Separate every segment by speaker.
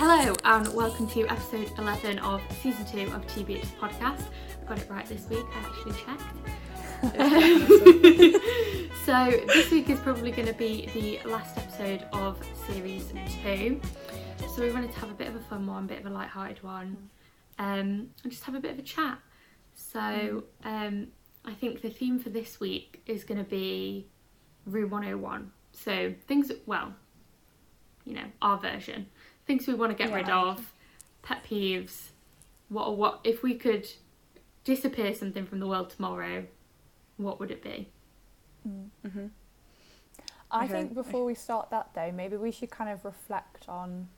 Speaker 1: and welcome to episode 11 of season 2 of TBH podcast. Got it right this week, I actually checked. so, this week is probably going to be the last episode of series 2. So, we wanted to have a bit of a fun one, a bit of a light-hearted one, um, and just have a bit of a chat. So, um, I think the theme for this week is going to be Rue 101. So, things, well, you know, our version things we want to get
Speaker 2: Yeah.
Speaker 1: rid of, pet peeves. What what if we could disappear something from the world tomorrow? What would it be?
Speaker 2: I
Speaker 1: Mm.
Speaker 3: Mm-hmm. Okay.
Speaker 2: think before we start that though, maybe we should kind of reflect on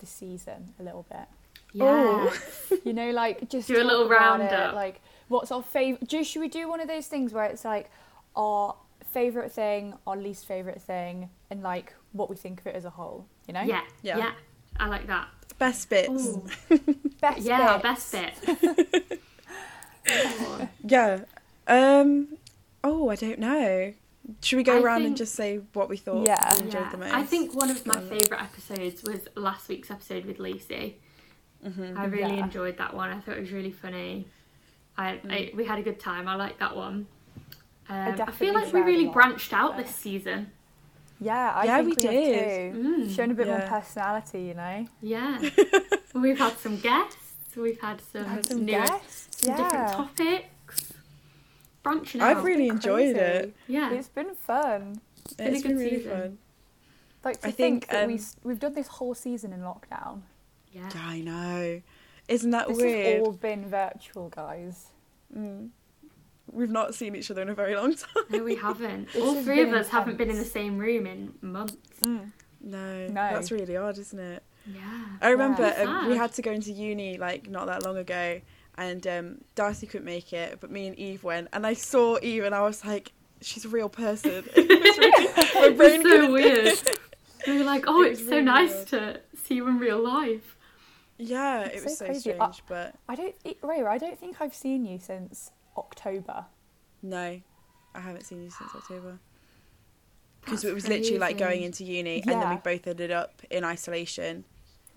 Speaker 2: the season a little bit.
Speaker 1: Yeah.
Speaker 2: You know, like just
Speaker 1: Do a
Speaker 2: talk
Speaker 1: little
Speaker 2: about it,
Speaker 1: roundup.
Speaker 2: Like, what's our favorite? Just should we do one of those things where it's like our favorite thing, our least favorite thing, and like what we think of it as a whole. You know,
Speaker 1: yeah, yeah,
Speaker 3: Yeah.
Speaker 1: I like that.
Speaker 3: Best bits.
Speaker 1: Ooh.
Speaker 2: best
Speaker 1: yeah, our
Speaker 2: bits.
Speaker 1: best Oh, bit. Ooh.
Speaker 3: Yeah. Um. Oh, I don't know. Should we go
Speaker 1: I
Speaker 3: around and
Speaker 1: think-
Speaker 3: just say what we thought
Speaker 2: Yeah.
Speaker 3: we enjoyed
Speaker 1: Yeah.
Speaker 3: the most?
Speaker 1: I think one of my
Speaker 3: Um,
Speaker 1: favourite episodes was last week's episode with Lacey.
Speaker 3: Mm-hmm.
Speaker 1: I really
Speaker 2: Mm-hmm. Yeah. Mm.
Speaker 1: enjoyed that one. I thought it was really funny. I, I we had a good time. I liked that one. Um, I,
Speaker 2: definitely
Speaker 1: feel like we
Speaker 2: learned a
Speaker 1: really
Speaker 2: lot
Speaker 1: branched out
Speaker 2: there.
Speaker 1: this season.
Speaker 2: Yeah, I
Speaker 3: Yeah,
Speaker 2: think
Speaker 3: we
Speaker 2: we, have
Speaker 3: did.
Speaker 2: too.
Speaker 1: Mm.
Speaker 2: Showing a bit more
Speaker 3: Yeah.
Speaker 2: personality, you know.
Speaker 1: Yeah. We've had some guests. We've had some,
Speaker 2: Had some
Speaker 1: new,
Speaker 2: guests.
Speaker 1: some different
Speaker 2: yeah.
Speaker 1: topics. Branching out.
Speaker 3: I've really enjoyed it.
Speaker 1: yeah.
Speaker 2: It's been fun.
Speaker 1: been a
Speaker 3: It's been
Speaker 1: good
Speaker 3: really
Speaker 1: season.
Speaker 3: fun.
Speaker 2: Like to
Speaker 3: I
Speaker 2: think,
Speaker 3: think,
Speaker 2: that we
Speaker 3: um,
Speaker 2: s- we've done this whole season in lockdown.
Speaker 1: yeah.
Speaker 3: Yeah, I know. Isn't that
Speaker 2: This
Speaker 3: weird?
Speaker 2: has all been virtual, guys.
Speaker 3: Mm. We've not seen each other in a very long time.
Speaker 1: No, we haven't.
Speaker 2: This
Speaker 1: All
Speaker 2: has
Speaker 1: three of us
Speaker 2: been
Speaker 1: haven't been in the
Speaker 2: intense.
Speaker 1: same room in months.
Speaker 3: Mm. No,
Speaker 2: No.
Speaker 3: that's really odd, isn't it?
Speaker 1: Yeah.
Speaker 3: I remember
Speaker 1: It's
Speaker 3: um, we
Speaker 1: sad.
Speaker 3: had to go into uni like not that long ago, and um, Darcy couldn't make it, but me and Eve went, and I saw Eve, and I was like, "She's a real person." It was really- my brain
Speaker 1: It's so
Speaker 3: couldn't-
Speaker 1: weird. we were like, oh,
Speaker 3: It
Speaker 1: it's,
Speaker 3: was
Speaker 1: so
Speaker 3: really
Speaker 1: nice
Speaker 3: weird.
Speaker 1: to see you in real life.
Speaker 3: Yeah,
Speaker 2: It's
Speaker 3: it was
Speaker 2: so
Speaker 3: so,
Speaker 2: crazy.
Speaker 3: strange,
Speaker 2: Uh,
Speaker 3: but
Speaker 2: I don't, it, Raya, I don't think I've seen you since October.
Speaker 3: no, I haven't seen you since October because
Speaker 1: That's
Speaker 3: it was literally like
Speaker 1: crazy.
Speaker 3: going into uni, and then we
Speaker 2: Yeah.
Speaker 3: both ended up in isolation.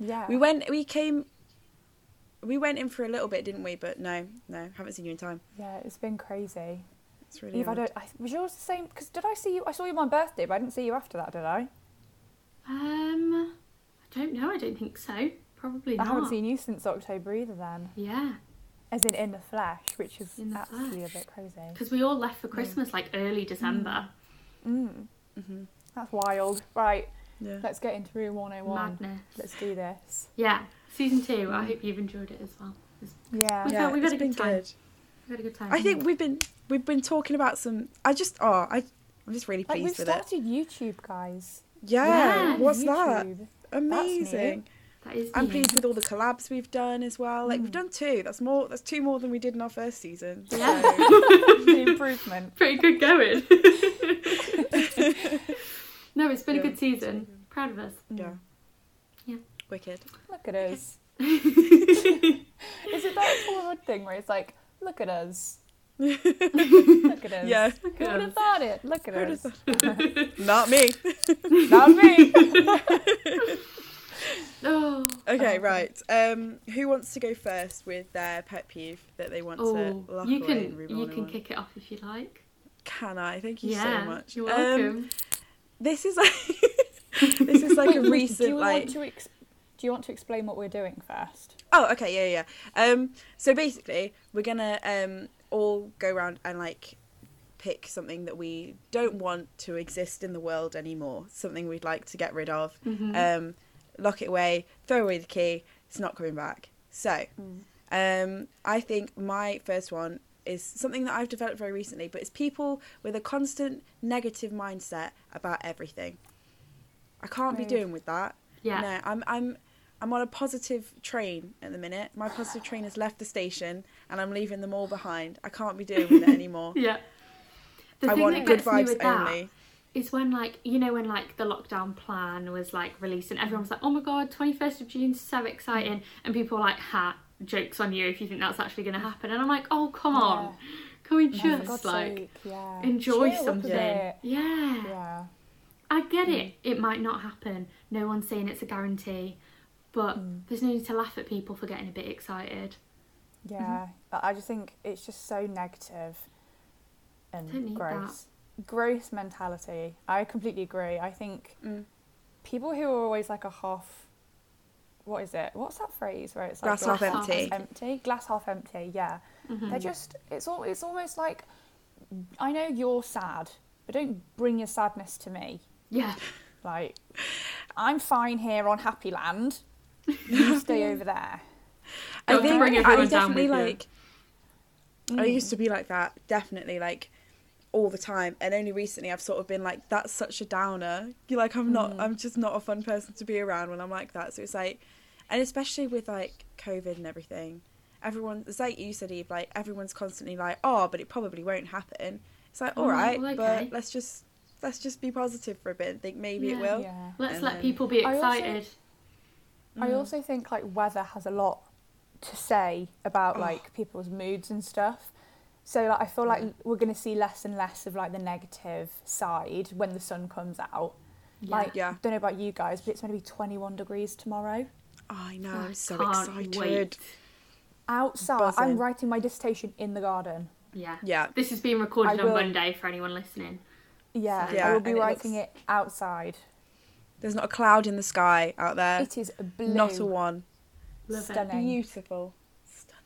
Speaker 2: Yeah.
Speaker 3: We went, we came, we went in for a little bit, didn't we? But no, no, haven't seen you in time.
Speaker 2: Yeah, it's been crazy.
Speaker 3: It's really.
Speaker 2: Eve, I
Speaker 3: odd.
Speaker 2: don't. I, was yours the same? Because did I see you? I saw you on my birthday, but I didn't see you after that, did I?
Speaker 1: Um, I don't know. I don't think so. Probably
Speaker 2: I
Speaker 1: not.
Speaker 2: haven't seen you since October either. Then,
Speaker 1: Yeah.
Speaker 2: as in in the flesh, which is
Speaker 1: In the
Speaker 2: actually
Speaker 1: flesh.
Speaker 2: a bit crazy.
Speaker 1: Because we all left for Christmas like early December.
Speaker 2: Mm,
Speaker 3: Mhm.
Speaker 2: that's wild. Right,
Speaker 3: Yeah.
Speaker 2: let's get into room 101.
Speaker 1: Madness.
Speaker 2: Let's do this.
Speaker 1: Yeah, season two. I hope you've enjoyed it as well. It's-
Speaker 2: Yeah.
Speaker 1: We've had- we've
Speaker 3: it's
Speaker 1: had a good
Speaker 3: been
Speaker 1: time. We've had a good time.
Speaker 3: I think we've been we've been talking about some. I just oh I I'm just really
Speaker 2: Like we've
Speaker 3: pleased with it.
Speaker 2: started YouTube, guys.
Speaker 3: Yeah,
Speaker 1: Yeah,
Speaker 3: what's that?
Speaker 2: YouTube.
Speaker 3: Amazing.
Speaker 1: that is.
Speaker 3: I'm
Speaker 1: new.
Speaker 3: pleased with all the collabs we've done as well. Like
Speaker 2: Mm.
Speaker 3: we've done two. That's more. That's two more than we did in our first season.
Speaker 1: Yeah.
Speaker 3: So,
Speaker 2: the improvement.
Speaker 1: Pretty good going. no, it's been a
Speaker 3: Yeah,
Speaker 1: good season. Proud of us.
Speaker 2: Mm.
Speaker 3: yeah.
Speaker 1: Mm. Yeah.
Speaker 3: Wicked.
Speaker 2: Look at us. Is it that Paul Rudd thing where it's like, look at us, look at us.
Speaker 3: Yeah.
Speaker 2: Who would have thought it? Look at us.
Speaker 3: Not me.
Speaker 2: Not me.
Speaker 1: Oh,
Speaker 3: Okay, right. Um, who wants to go first with their pet peeve that they want
Speaker 1: oh,
Speaker 3: to laugh
Speaker 1: you
Speaker 3: away
Speaker 1: can
Speaker 3: and
Speaker 1: you
Speaker 3: rewind
Speaker 1: can
Speaker 3: on?
Speaker 1: kick it off if you like.
Speaker 3: Can I? Thank you
Speaker 1: yeah,
Speaker 3: so much.
Speaker 1: you're
Speaker 3: Um,
Speaker 1: welcome.
Speaker 3: this is like this is like
Speaker 2: Wait,
Speaker 3: a
Speaker 2: wait,
Speaker 3: recent
Speaker 2: do you
Speaker 3: like
Speaker 2: Want to ex- do you want to explain what we're doing first?
Speaker 3: Oh, okay, yeah, yeah. yeah. Um, so basically, we're gonna um all go around and like pick something that we don't want to exist in the world anymore. Something we'd like to get rid of.
Speaker 1: Mhm.
Speaker 2: Mm-hmm.
Speaker 3: Um, lock it away, throw away the key. It's not coming back. So,
Speaker 2: Mm.
Speaker 3: um, I think my first one is something that I've developed very recently, but it's people with a constant negative mindset about everything. I can't be
Speaker 2: Rude.
Speaker 3: doing with that.
Speaker 1: yeah,
Speaker 3: No, I'm I'm I'm on a positive train at the minute. My positive train has left the station and I'm leaving them all behind. I can't be dealing with it anymore.
Speaker 1: yeah. The
Speaker 3: I
Speaker 1: thing
Speaker 3: want
Speaker 1: that
Speaker 3: good
Speaker 1: gets me
Speaker 3: vibes
Speaker 1: with that
Speaker 3: only.
Speaker 1: is when like you know when like the lockdown plan was like released and everyone was like oh my god 21st of june so exciting and people were like ha jokes on you if you think that's actually going to happen and i'm like oh come on can we
Speaker 2: Yeah, Oh, for
Speaker 1: just
Speaker 2: God's
Speaker 1: like
Speaker 2: sake, yeah.
Speaker 1: enjoy
Speaker 2: Cheer up a
Speaker 1: something yeah.
Speaker 2: bit. Mm. Yeah.
Speaker 1: i get it it might not happen no one's saying it's a guarantee But
Speaker 2: Mm.
Speaker 1: there's no need to laugh at people for getting a bit excited. Mm-hmm.
Speaker 2: Yeah, but I just think it's just so negative and
Speaker 1: Don't need
Speaker 2: gross. Gross mentality. I completely agree. I think
Speaker 3: Mm.
Speaker 2: people who are always like a half. What is it? What's that phrase where it's like
Speaker 3: Glass half empty.
Speaker 2: empty? Glass half empty. Yeah,
Speaker 1: Mm-hmm.
Speaker 2: they're just. It's all. It's almost like. I know you're sad, but don't bring your sadness to me.
Speaker 1: Yeah.
Speaker 2: Like, I'm fine here on Happy Land. You stay over there.
Speaker 3: I
Speaker 1: Don't
Speaker 3: think
Speaker 1: bring
Speaker 3: I
Speaker 1: everyone down
Speaker 3: definitely
Speaker 1: with you.
Speaker 3: like. I used to be like that, definitely like all the time, and only recently I've sort of been like, "That's such a downer." You like, I'm not.
Speaker 1: Mm.
Speaker 3: I'm just not a fun person to be around when I'm like that. So it's like, and especially with like COVID and everything, everyone. It's like you said, Eve. Like everyone's constantly like, "Oh, but it probably won't happen." It's like, all
Speaker 1: Mm,
Speaker 3: right,
Speaker 1: well, okay.
Speaker 3: but let's just let's just be positive for a bit and think maybe
Speaker 1: Yeah.
Speaker 3: it will.
Speaker 2: Yeah.
Speaker 1: Let's
Speaker 3: And
Speaker 1: let
Speaker 3: then-
Speaker 1: people be
Speaker 2: I also-
Speaker 1: excited.
Speaker 2: I also think like weather has a lot to say about like people's moods and stuff. So like I feel like we're going to see less and less of like the negative side when the sun comes out.
Speaker 1: Yeah.
Speaker 2: Like
Speaker 3: Yeah.
Speaker 2: don't know about you guys, but it's going to be 21 degrees tomorrow.
Speaker 3: Oh, I know.
Speaker 1: I
Speaker 3: I'm so
Speaker 1: can't
Speaker 3: excited.
Speaker 1: wait.
Speaker 2: Outside, I'm
Speaker 3: Buzzing.
Speaker 2: writing my dissertation in the garden.
Speaker 1: Yeah.
Speaker 3: Yeah.
Speaker 1: This is being recorded
Speaker 2: I
Speaker 1: on
Speaker 2: will-
Speaker 1: Monday for anyone listening.
Speaker 2: Yeah,
Speaker 3: Yeah,
Speaker 2: I will be
Speaker 3: and it
Speaker 2: writing
Speaker 3: looks-
Speaker 2: it outside.
Speaker 3: There's not a cloud in the sky out there.
Speaker 2: It is blue.
Speaker 3: Not a one.
Speaker 1: Love
Speaker 2: Stunning.
Speaker 1: it.
Speaker 3: Beautiful. Stunning.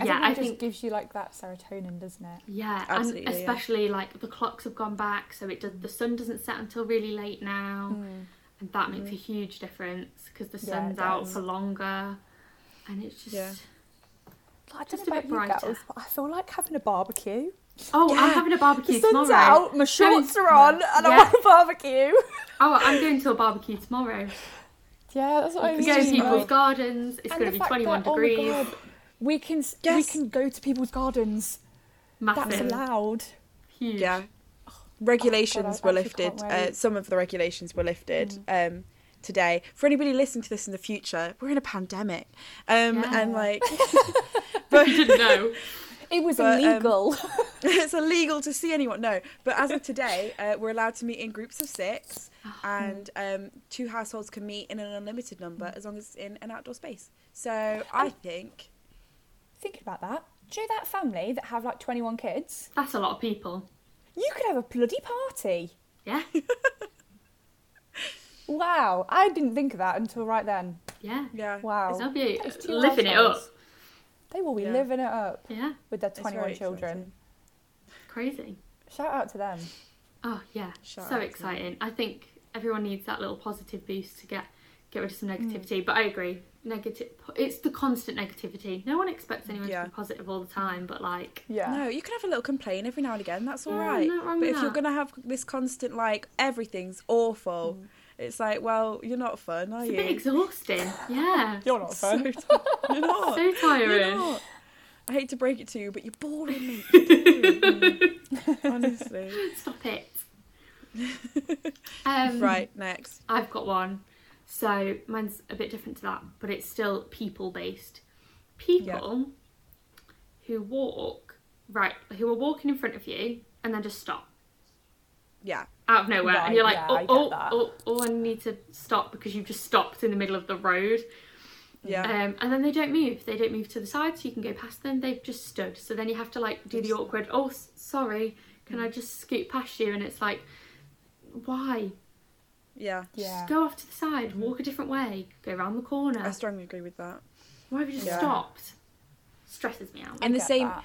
Speaker 2: I
Speaker 1: Yeah,
Speaker 2: think it
Speaker 1: I
Speaker 2: just
Speaker 1: think-
Speaker 2: gives you like that serotonin, doesn't it?
Speaker 1: Yeah,
Speaker 3: Absolutely,
Speaker 1: and
Speaker 3: yeah.
Speaker 1: especially like the clocks have gone back, so it does, the sun doesn't set until really late now, and that makes a huge difference because the
Speaker 2: Hmm. Mm-hmm. Yeah, it
Speaker 1: sun's out
Speaker 2: does.
Speaker 1: for longer, and it's just
Speaker 3: Yeah.
Speaker 2: I don't
Speaker 1: Just
Speaker 2: know
Speaker 1: a
Speaker 2: about
Speaker 1: bit
Speaker 2: you
Speaker 1: brighter.
Speaker 2: girls, but I feel like having a barbecue.
Speaker 1: oh, I'm
Speaker 3: Yeah,
Speaker 1: having a barbecue
Speaker 2: The sun's
Speaker 1: tomorrow.
Speaker 2: out, my shorts are on, and I want a barbecue.
Speaker 1: Oh, I'm going to a barbecue tomorrow.
Speaker 2: Yeah, that's what I
Speaker 1: We
Speaker 2: mean.
Speaker 1: go to people's
Speaker 2: like-
Speaker 1: gardens. It's
Speaker 2: and
Speaker 1: going
Speaker 2: the
Speaker 1: to be
Speaker 2: fact
Speaker 1: 21
Speaker 2: that, oh my
Speaker 1: degrees.
Speaker 2: God, we can s we
Speaker 3: Yes.
Speaker 2: can go to people's gardens. That's
Speaker 1: massive,
Speaker 2: allowed.
Speaker 1: huge.
Speaker 3: Yeah. Oh, Regulations
Speaker 2: Oh, I
Speaker 3: were
Speaker 2: actually can't
Speaker 3: lifted. Uh,
Speaker 2: wait. Mm.
Speaker 3: some of the regulations were lifted um, today. For anybody listening to this in the future, we're in a pandemic, um, and
Speaker 1: Yeah.
Speaker 3: like
Speaker 1: You didn't know.
Speaker 2: It was
Speaker 3: But, um,
Speaker 2: illegal.
Speaker 3: it's illegal to see anyone. No, but as of today, uh, we're allowed to meet in groups of six,
Speaker 2: Oh.
Speaker 3: and um, two households can meet in an unlimited
Speaker 2: Mm.
Speaker 3: number as long as it's in an outdoor space. So
Speaker 2: Oh.
Speaker 3: I think
Speaker 2: Thinking about that, do you know that family that have like 21 kids?
Speaker 1: That's a lot of people.
Speaker 2: You could have a bloody party.
Speaker 1: Yeah,
Speaker 2: Wow, I didn't think of that until right then.
Speaker 1: yeah.
Speaker 3: yeah,
Speaker 2: Wow,
Speaker 1: It's be
Speaker 2: That is two
Speaker 1: living it up.
Speaker 2: households. they will be
Speaker 3: Yeah.
Speaker 2: living it up
Speaker 1: Yeah,
Speaker 2: with their
Speaker 3: It's
Speaker 2: 21
Speaker 3: very
Speaker 2: children.
Speaker 1: crazy.
Speaker 2: Shout out to them.
Speaker 1: Oh yeah,
Speaker 3: Shout
Speaker 1: so
Speaker 3: out to
Speaker 1: exciting. I think everyone needs that little positive boost to get get rid of
Speaker 3: Mm.
Speaker 1: some negativity. But I agree, negative. It's the constant negativity. No one expects anyone
Speaker 3: Yeah.
Speaker 1: to be positive all the time, but like,
Speaker 2: Yeah. Mm.
Speaker 3: No, you can have a little complaint every now and again. That's all
Speaker 1: Yeah,
Speaker 3: right.
Speaker 1: not wrong
Speaker 3: But
Speaker 1: with
Speaker 3: if you're
Speaker 1: that.
Speaker 3: gonna have this constant like everything's awful, it's like, well, you're not fun, are
Speaker 1: Mm. it's a
Speaker 3: you?
Speaker 1: bit exhausting. Yeah,
Speaker 2: You're not
Speaker 3: So
Speaker 2: fun.
Speaker 3: you're not.
Speaker 1: so
Speaker 3: you're
Speaker 1: tiring.
Speaker 3: not. I hate to break it to you, but you're boring me. You're boring me. Honestly.
Speaker 1: Stop it. um,
Speaker 3: Right, next.
Speaker 1: I've got one. So mine's a bit different to that, but it's still people based. People who walk right, who are walking in front of you and then just stop.
Speaker 3: Yeah.
Speaker 1: out of nowhere,
Speaker 2: Right,
Speaker 1: and you're like,
Speaker 2: yeah, I
Speaker 1: oh, oh,
Speaker 2: get that.
Speaker 1: oh, oh, I need to stop because you've just stopped in the middle of the road.
Speaker 3: Yeah.
Speaker 1: Um, and then they don't move. They don't move to the side, so you can go past them. They've just stood. So then you have to like do the awkward. Oh, s- sorry, can I just scoot past you? And it's like, why?
Speaker 3: Yeah.
Speaker 2: Yeah.
Speaker 1: Just go off to the side, walk a different way, go around the corner.
Speaker 3: I strongly agree with that.
Speaker 1: Why have you just
Speaker 3: Yeah.
Speaker 1: stopped? Stresses me out.
Speaker 3: And the
Speaker 2: get
Speaker 3: same
Speaker 2: that.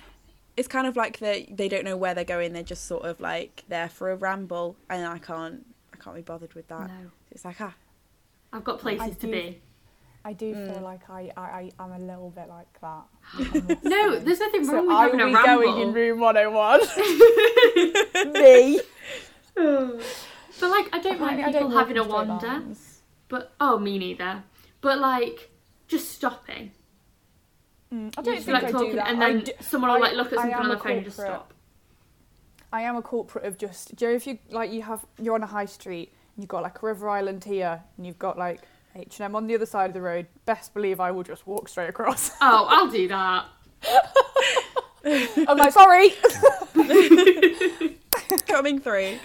Speaker 3: it's kind of like they they don't know where they're going, they're just sort of like there for a ramble and I can't I can't be bothered with that.
Speaker 1: No.
Speaker 3: It's like ah
Speaker 1: I've got places to
Speaker 2: do-
Speaker 1: be.
Speaker 2: I do
Speaker 1: Mm.
Speaker 2: feel like I, I, I am a little bit like that.
Speaker 1: No, there's nothing wrong
Speaker 2: So
Speaker 1: with
Speaker 2: are we
Speaker 1: having a ramble.
Speaker 2: going in room 101? Me.
Speaker 1: But like, I don't mind people
Speaker 2: Apparently I don't walk
Speaker 1: having a
Speaker 2: in straight
Speaker 1: wander.
Speaker 2: lines.
Speaker 1: But oh, me neither. But like, just stopping.
Speaker 2: Mm, I
Speaker 1: You
Speaker 2: don't
Speaker 1: just
Speaker 2: think
Speaker 1: be, like
Speaker 2: I do
Speaker 1: talking,
Speaker 2: that.
Speaker 1: and
Speaker 2: I
Speaker 1: then
Speaker 2: do-
Speaker 1: someone will
Speaker 2: I-
Speaker 1: like look at
Speaker 2: I
Speaker 1: something
Speaker 2: am
Speaker 1: on
Speaker 2: a
Speaker 1: the phone and just
Speaker 2: corporate.
Speaker 1: stop.
Speaker 2: I am a corporate of just Joe. If you like, you have you're on a high street, and you've got like River Island here, and you've got like H and M on the other side of the road. Best believe I will just walk straight across.
Speaker 1: Oh, I'll do that.
Speaker 2: I'm like, sorry.
Speaker 3: coming through.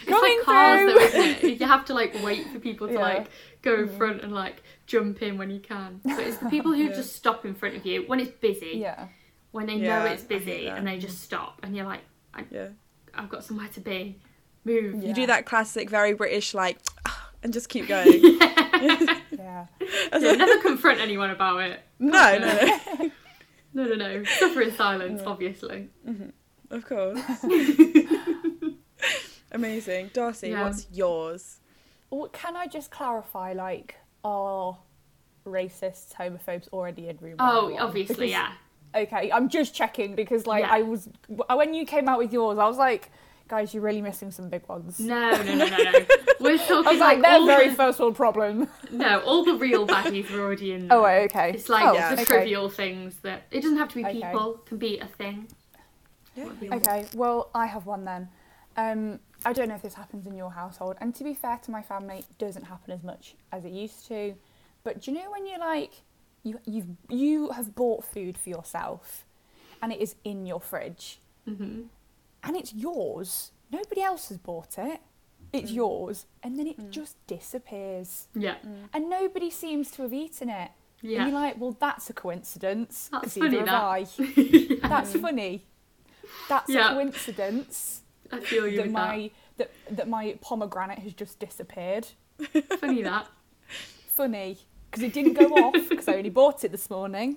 Speaker 1: It's
Speaker 2: Coming
Speaker 1: like cars
Speaker 2: through.
Speaker 1: though, isn't it? You have to like wait for people to
Speaker 2: Yeah.
Speaker 1: like go in front and like jump in when you can. But it's the people who
Speaker 3: Yeah.
Speaker 1: just stop in front of you when it's busy,
Speaker 2: Yeah.
Speaker 1: when they
Speaker 3: Yeah,
Speaker 1: know it's
Speaker 3: I hate
Speaker 1: busy
Speaker 3: that.
Speaker 1: and they just stop and you're like,
Speaker 3: Yeah.
Speaker 1: I've got somewhere to be. Move.
Speaker 2: Yeah.
Speaker 3: You do that classic, very British, like, and just keep going.
Speaker 2: Yeah.
Speaker 1: Don't never confront anyone about it.
Speaker 3: no, no, no.
Speaker 1: No, no, no. Suffer in silence, obviously.
Speaker 3: Of course. Amazing. Darcy,
Speaker 1: Yeah.
Speaker 3: what's yours?
Speaker 2: Well, can I just clarify, like, are racists, homophobes already in room?
Speaker 1: Oh,
Speaker 2: 101?
Speaker 1: obviously,
Speaker 2: Because-
Speaker 1: yeah.
Speaker 2: Okay, I'm just checking because, like,
Speaker 1: Yeah.
Speaker 2: I was when you came out with yours, I was like, guys, you're really missing some big ones.
Speaker 1: No, no, no, no, no. We're talking
Speaker 2: I was like,
Speaker 1: like
Speaker 2: they're
Speaker 1: all
Speaker 2: very
Speaker 1: the,
Speaker 2: first world problem.
Speaker 1: no, all the real baddies are already in.
Speaker 2: Oh,
Speaker 1: there.
Speaker 2: wait, okay.
Speaker 1: It's like
Speaker 2: oh,
Speaker 1: the
Speaker 2: okay.
Speaker 1: trivial things that it doesn't have to be
Speaker 2: Okay.
Speaker 1: people. It Can be a thing.
Speaker 3: Yeah.
Speaker 2: Okay, well, I have one then. Um, I don't know if this happens in your household, and to be fair to my family, it doesn't happen as much as it used to. But do you know when you're like, you you've you have bought food for yourself, and it is in your fridge,
Speaker 1: hmm
Speaker 2: and it's yours. Nobody else has bought
Speaker 1: Mm.
Speaker 2: it. It's yours, and then it just disappears,
Speaker 1: Yeah,
Speaker 2: and nobody seems to have eaten it. And
Speaker 1: yeah.
Speaker 2: you're like, well, that's a coincidence.
Speaker 1: That's
Speaker 2: 'cause
Speaker 1: funny,
Speaker 2: neither have I. That's funny. That's
Speaker 1: Yeah.
Speaker 2: a coincidence
Speaker 1: I feel you
Speaker 2: that
Speaker 1: with
Speaker 2: my that. That, my pomegranate has just disappeared.
Speaker 1: that. Funny that.
Speaker 2: Funny, because it didn't go off because I only bought it this morning.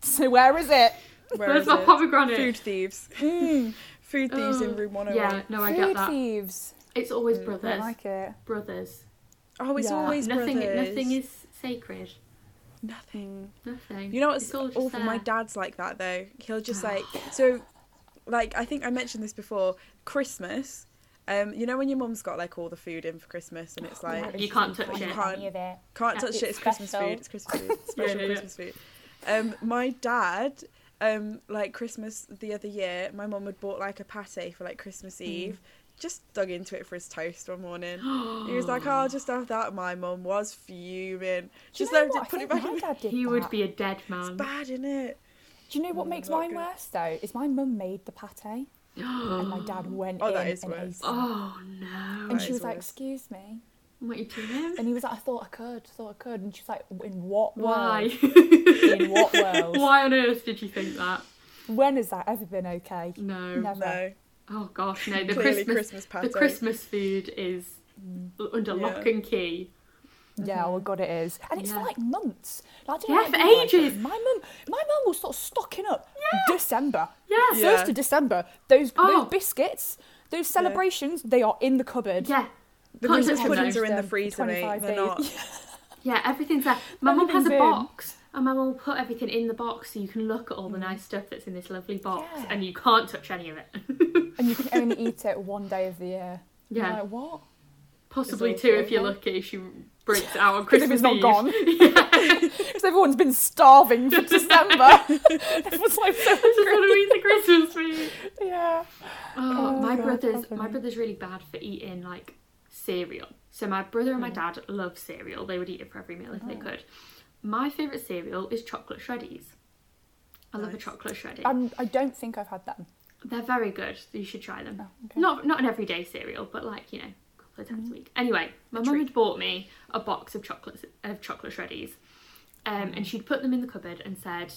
Speaker 2: So where is it?
Speaker 3: Where
Speaker 1: Where's
Speaker 3: is
Speaker 1: my
Speaker 3: it?
Speaker 1: pomegranate?
Speaker 3: Food thieves.
Speaker 2: Hmm.
Speaker 3: Food thieves in
Speaker 1: Oh,
Speaker 3: room 101.
Speaker 1: Yeah, no, I
Speaker 2: Food
Speaker 1: get that.
Speaker 2: thieves.
Speaker 1: It's always
Speaker 2: I
Speaker 1: brothers.
Speaker 2: like it.
Speaker 1: Brothers.
Speaker 3: Oh, it's
Speaker 2: Yeah.
Speaker 3: always
Speaker 1: nothing.
Speaker 3: brothers.
Speaker 1: Nothing is sacred.
Speaker 3: nothing.
Speaker 2: Mm.
Speaker 1: Nothing.
Speaker 3: You know what's
Speaker 1: It's all just
Speaker 3: awful?
Speaker 1: there.
Speaker 3: My dad's like that though. He'll just like so, like I think I mentioned this before. Christmas, um, you know when your mum's got like all the food in for Christmas and it's like
Speaker 1: You can't touch
Speaker 3: You
Speaker 1: it.
Speaker 3: can't-
Speaker 2: Any of it.
Speaker 3: Can't
Speaker 2: Yeah,
Speaker 3: touch
Speaker 2: it's
Speaker 3: it. It's Christmas
Speaker 2: special.
Speaker 3: food. It's Christmas food. It's special
Speaker 1: yeah, yeah.
Speaker 3: Christmas food. Um, my dad, um, like Christmas the other year, my mum had bought like a pate for like
Speaker 2: Hmm.
Speaker 3: Christmas Eve. Just dug into it for his toast one morning. he was like, "Oh, I'll just have that." My mum was fuming.
Speaker 2: Do
Speaker 3: Just
Speaker 2: you know
Speaker 3: left it,
Speaker 2: what? I
Speaker 3: put it
Speaker 2: think
Speaker 3: back
Speaker 2: my
Speaker 3: in. the-
Speaker 2: dad did
Speaker 1: He would
Speaker 2: that.
Speaker 1: be a dead man.
Speaker 3: Bad in it.
Speaker 2: Do you know what makes
Speaker 3: not
Speaker 2: mine
Speaker 3: good.
Speaker 2: worse though? Is my mum made the pate, and my dad went
Speaker 3: Oh,
Speaker 2: in
Speaker 3: that is
Speaker 2: and
Speaker 3: worse.
Speaker 2: ate it.
Speaker 1: Oh no!
Speaker 3: that
Speaker 2: and she
Speaker 3: is
Speaker 2: was like,
Speaker 3: worse.
Speaker 2: "Excuse me,"
Speaker 1: What are you doing?
Speaker 2: and he was like, "I thought I could, thought I could," and she was like, "In what world?
Speaker 1: Why?
Speaker 2: In what world?
Speaker 1: Why on earth did you think that?
Speaker 2: When has that ever been okay?"
Speaker 1: No.
Speaker 2: Never.
Speaker 3: No,
Speaker 1: Oh gosh, no. The
Speaker 3: clearly
Speaker 1: Christmas,
Speaker 3: Christmas,
Speaker 1: the
Speaker 3: pate.
Speaker 1: Christmas food is under
Speaker 3: Yeah.
Speaker 1: lock and key.
Speaker 2: Yeah, oh god, it is, and it's
Speaker 1: Mm-hmm. Yeah.
Speaker 2: for like months. Like, I
Speaker 1: Yeah,
Speaker 2: don't
Speaker 1: for
Speaker 2: know how people like
Speaker 1: ages.
Speaker 2: it. my mum, my mum will start stocking up December,
Speaker 1: Yes.
Speaker 3: Yeah.
Speaker 2: first of December. Those
Speaker 1: Oh.
Speaker 2: those biscuits, those celebrations, they are in the cupboard.
Speaker 1: Yeah.
Speaker 3: The
Speaker 1: Can't
Speaker 3: Christmas
Speaker 1: touch them,
Speaker 3: puddings
Speaker 1: though.
Speaker 3: are in the
Speaker 2: For
Speaker 3: freezer, mate.
Speaker 2: 25
Speaker 3: They're
Speaker 2: days.
Speaker 3: not.
Speaker 1: Yeah, everything's there. My mum has
Speaker 2: Everything's
Speaker 1: a
Speaker 2: in.
Speaker 1: box, and my mum will put everything in the box so you can look at all the nice stuff that's in this lovely box,
Speaker 2: Yeah.
Speaker 1: and you can't touch any of it.
Speaker 2: and you can only eat it one day of the year.
Speaker 1: Yeah.
Speaker 2: I'm like, what?
Speaker 1: Possibly
Speaker 2: It's
Speaker 1: two if
Speaker 2: awful.
Speaker 1: you're lucky. She breaks it out on
Speaker 2: Because
Speaker 1: Christmas
Speaker 2: if it's not
Speaker 1: Eve.
Speaker 2: gone, because everyone's been starving for December. Everyone's like so
Speaker 1: I just
Speaker 2: hungry.
Speaker 1: want to eat the Christmas food.
Speaker 2: Yeah.
Speaker 1: Oh,
Speaker 2: Oh,
Speaker 1: my
Speaker 2: God,
Speaker 1: brother's
Speaker 2: that's
Speaker 1: my
Speaker 2: funny.
Speaker 1: brother's really bad for eating like cereal. So my brother and
Speaker 2: Hmm.
Speaker 1: my dad love cereal. They would eat it for every meal if
Speaker 2: Oh.
Speaker 1: they could. My favourite cereal is chocolate shreddies. I love a
Speaker 3: Nice.
Speaker 1: chocolate shreddie.
Speaker 2: Um, I don't think I've had them.
Speaker 1: They're very good. You should try them.
Speaker 2: okay.
Speaker 1: Not not an everyday cereal, but like you know, a couple of times a week. Anyway, my mum
Speaker 3: treat.
Speaker 1: had bought me a box of chocolates of chocolate shreddies, um, and she'd put them in the cupboard and said,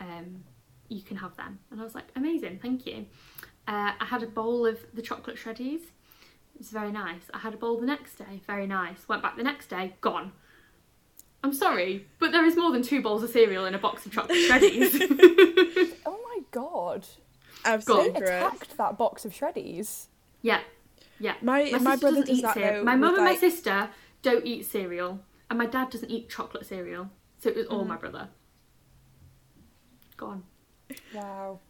Speaker 1: um, "You can have them." And I was like, "Amazing, thank you." Uh, I had a bowl of the chocolate shreddies. It was very nice. I had a bowl the next day. Very nice. Went back the next day. Gone. I'm sorry, but there is more than two bowls of cereal in a box of chocolate shreddies.
Speaker 2: Oh my god. They
Speaker 3: Absolutely correct.
Speaker 2: attacked that box of shreddies.
Speaker 1: Yeah, yeah.
Speaker 3: My- my
Speaker 1: sister
Speaker 3: brother
Speaker 1: doesn't
Speaker 3: does
Speaker 1: eat
Speaker 3: that,
Speaker 1: cereal.
Speaker 3: though,
Speaker 1: My mum
Speaker 3: with,
Speaker 1: and my
Speaker 3: like-
Speaker 1: sister don't eat cereal, and my dad doesn't eat chocolate cereal, so it was all my brother. Gone.
Speaker 2: Wow.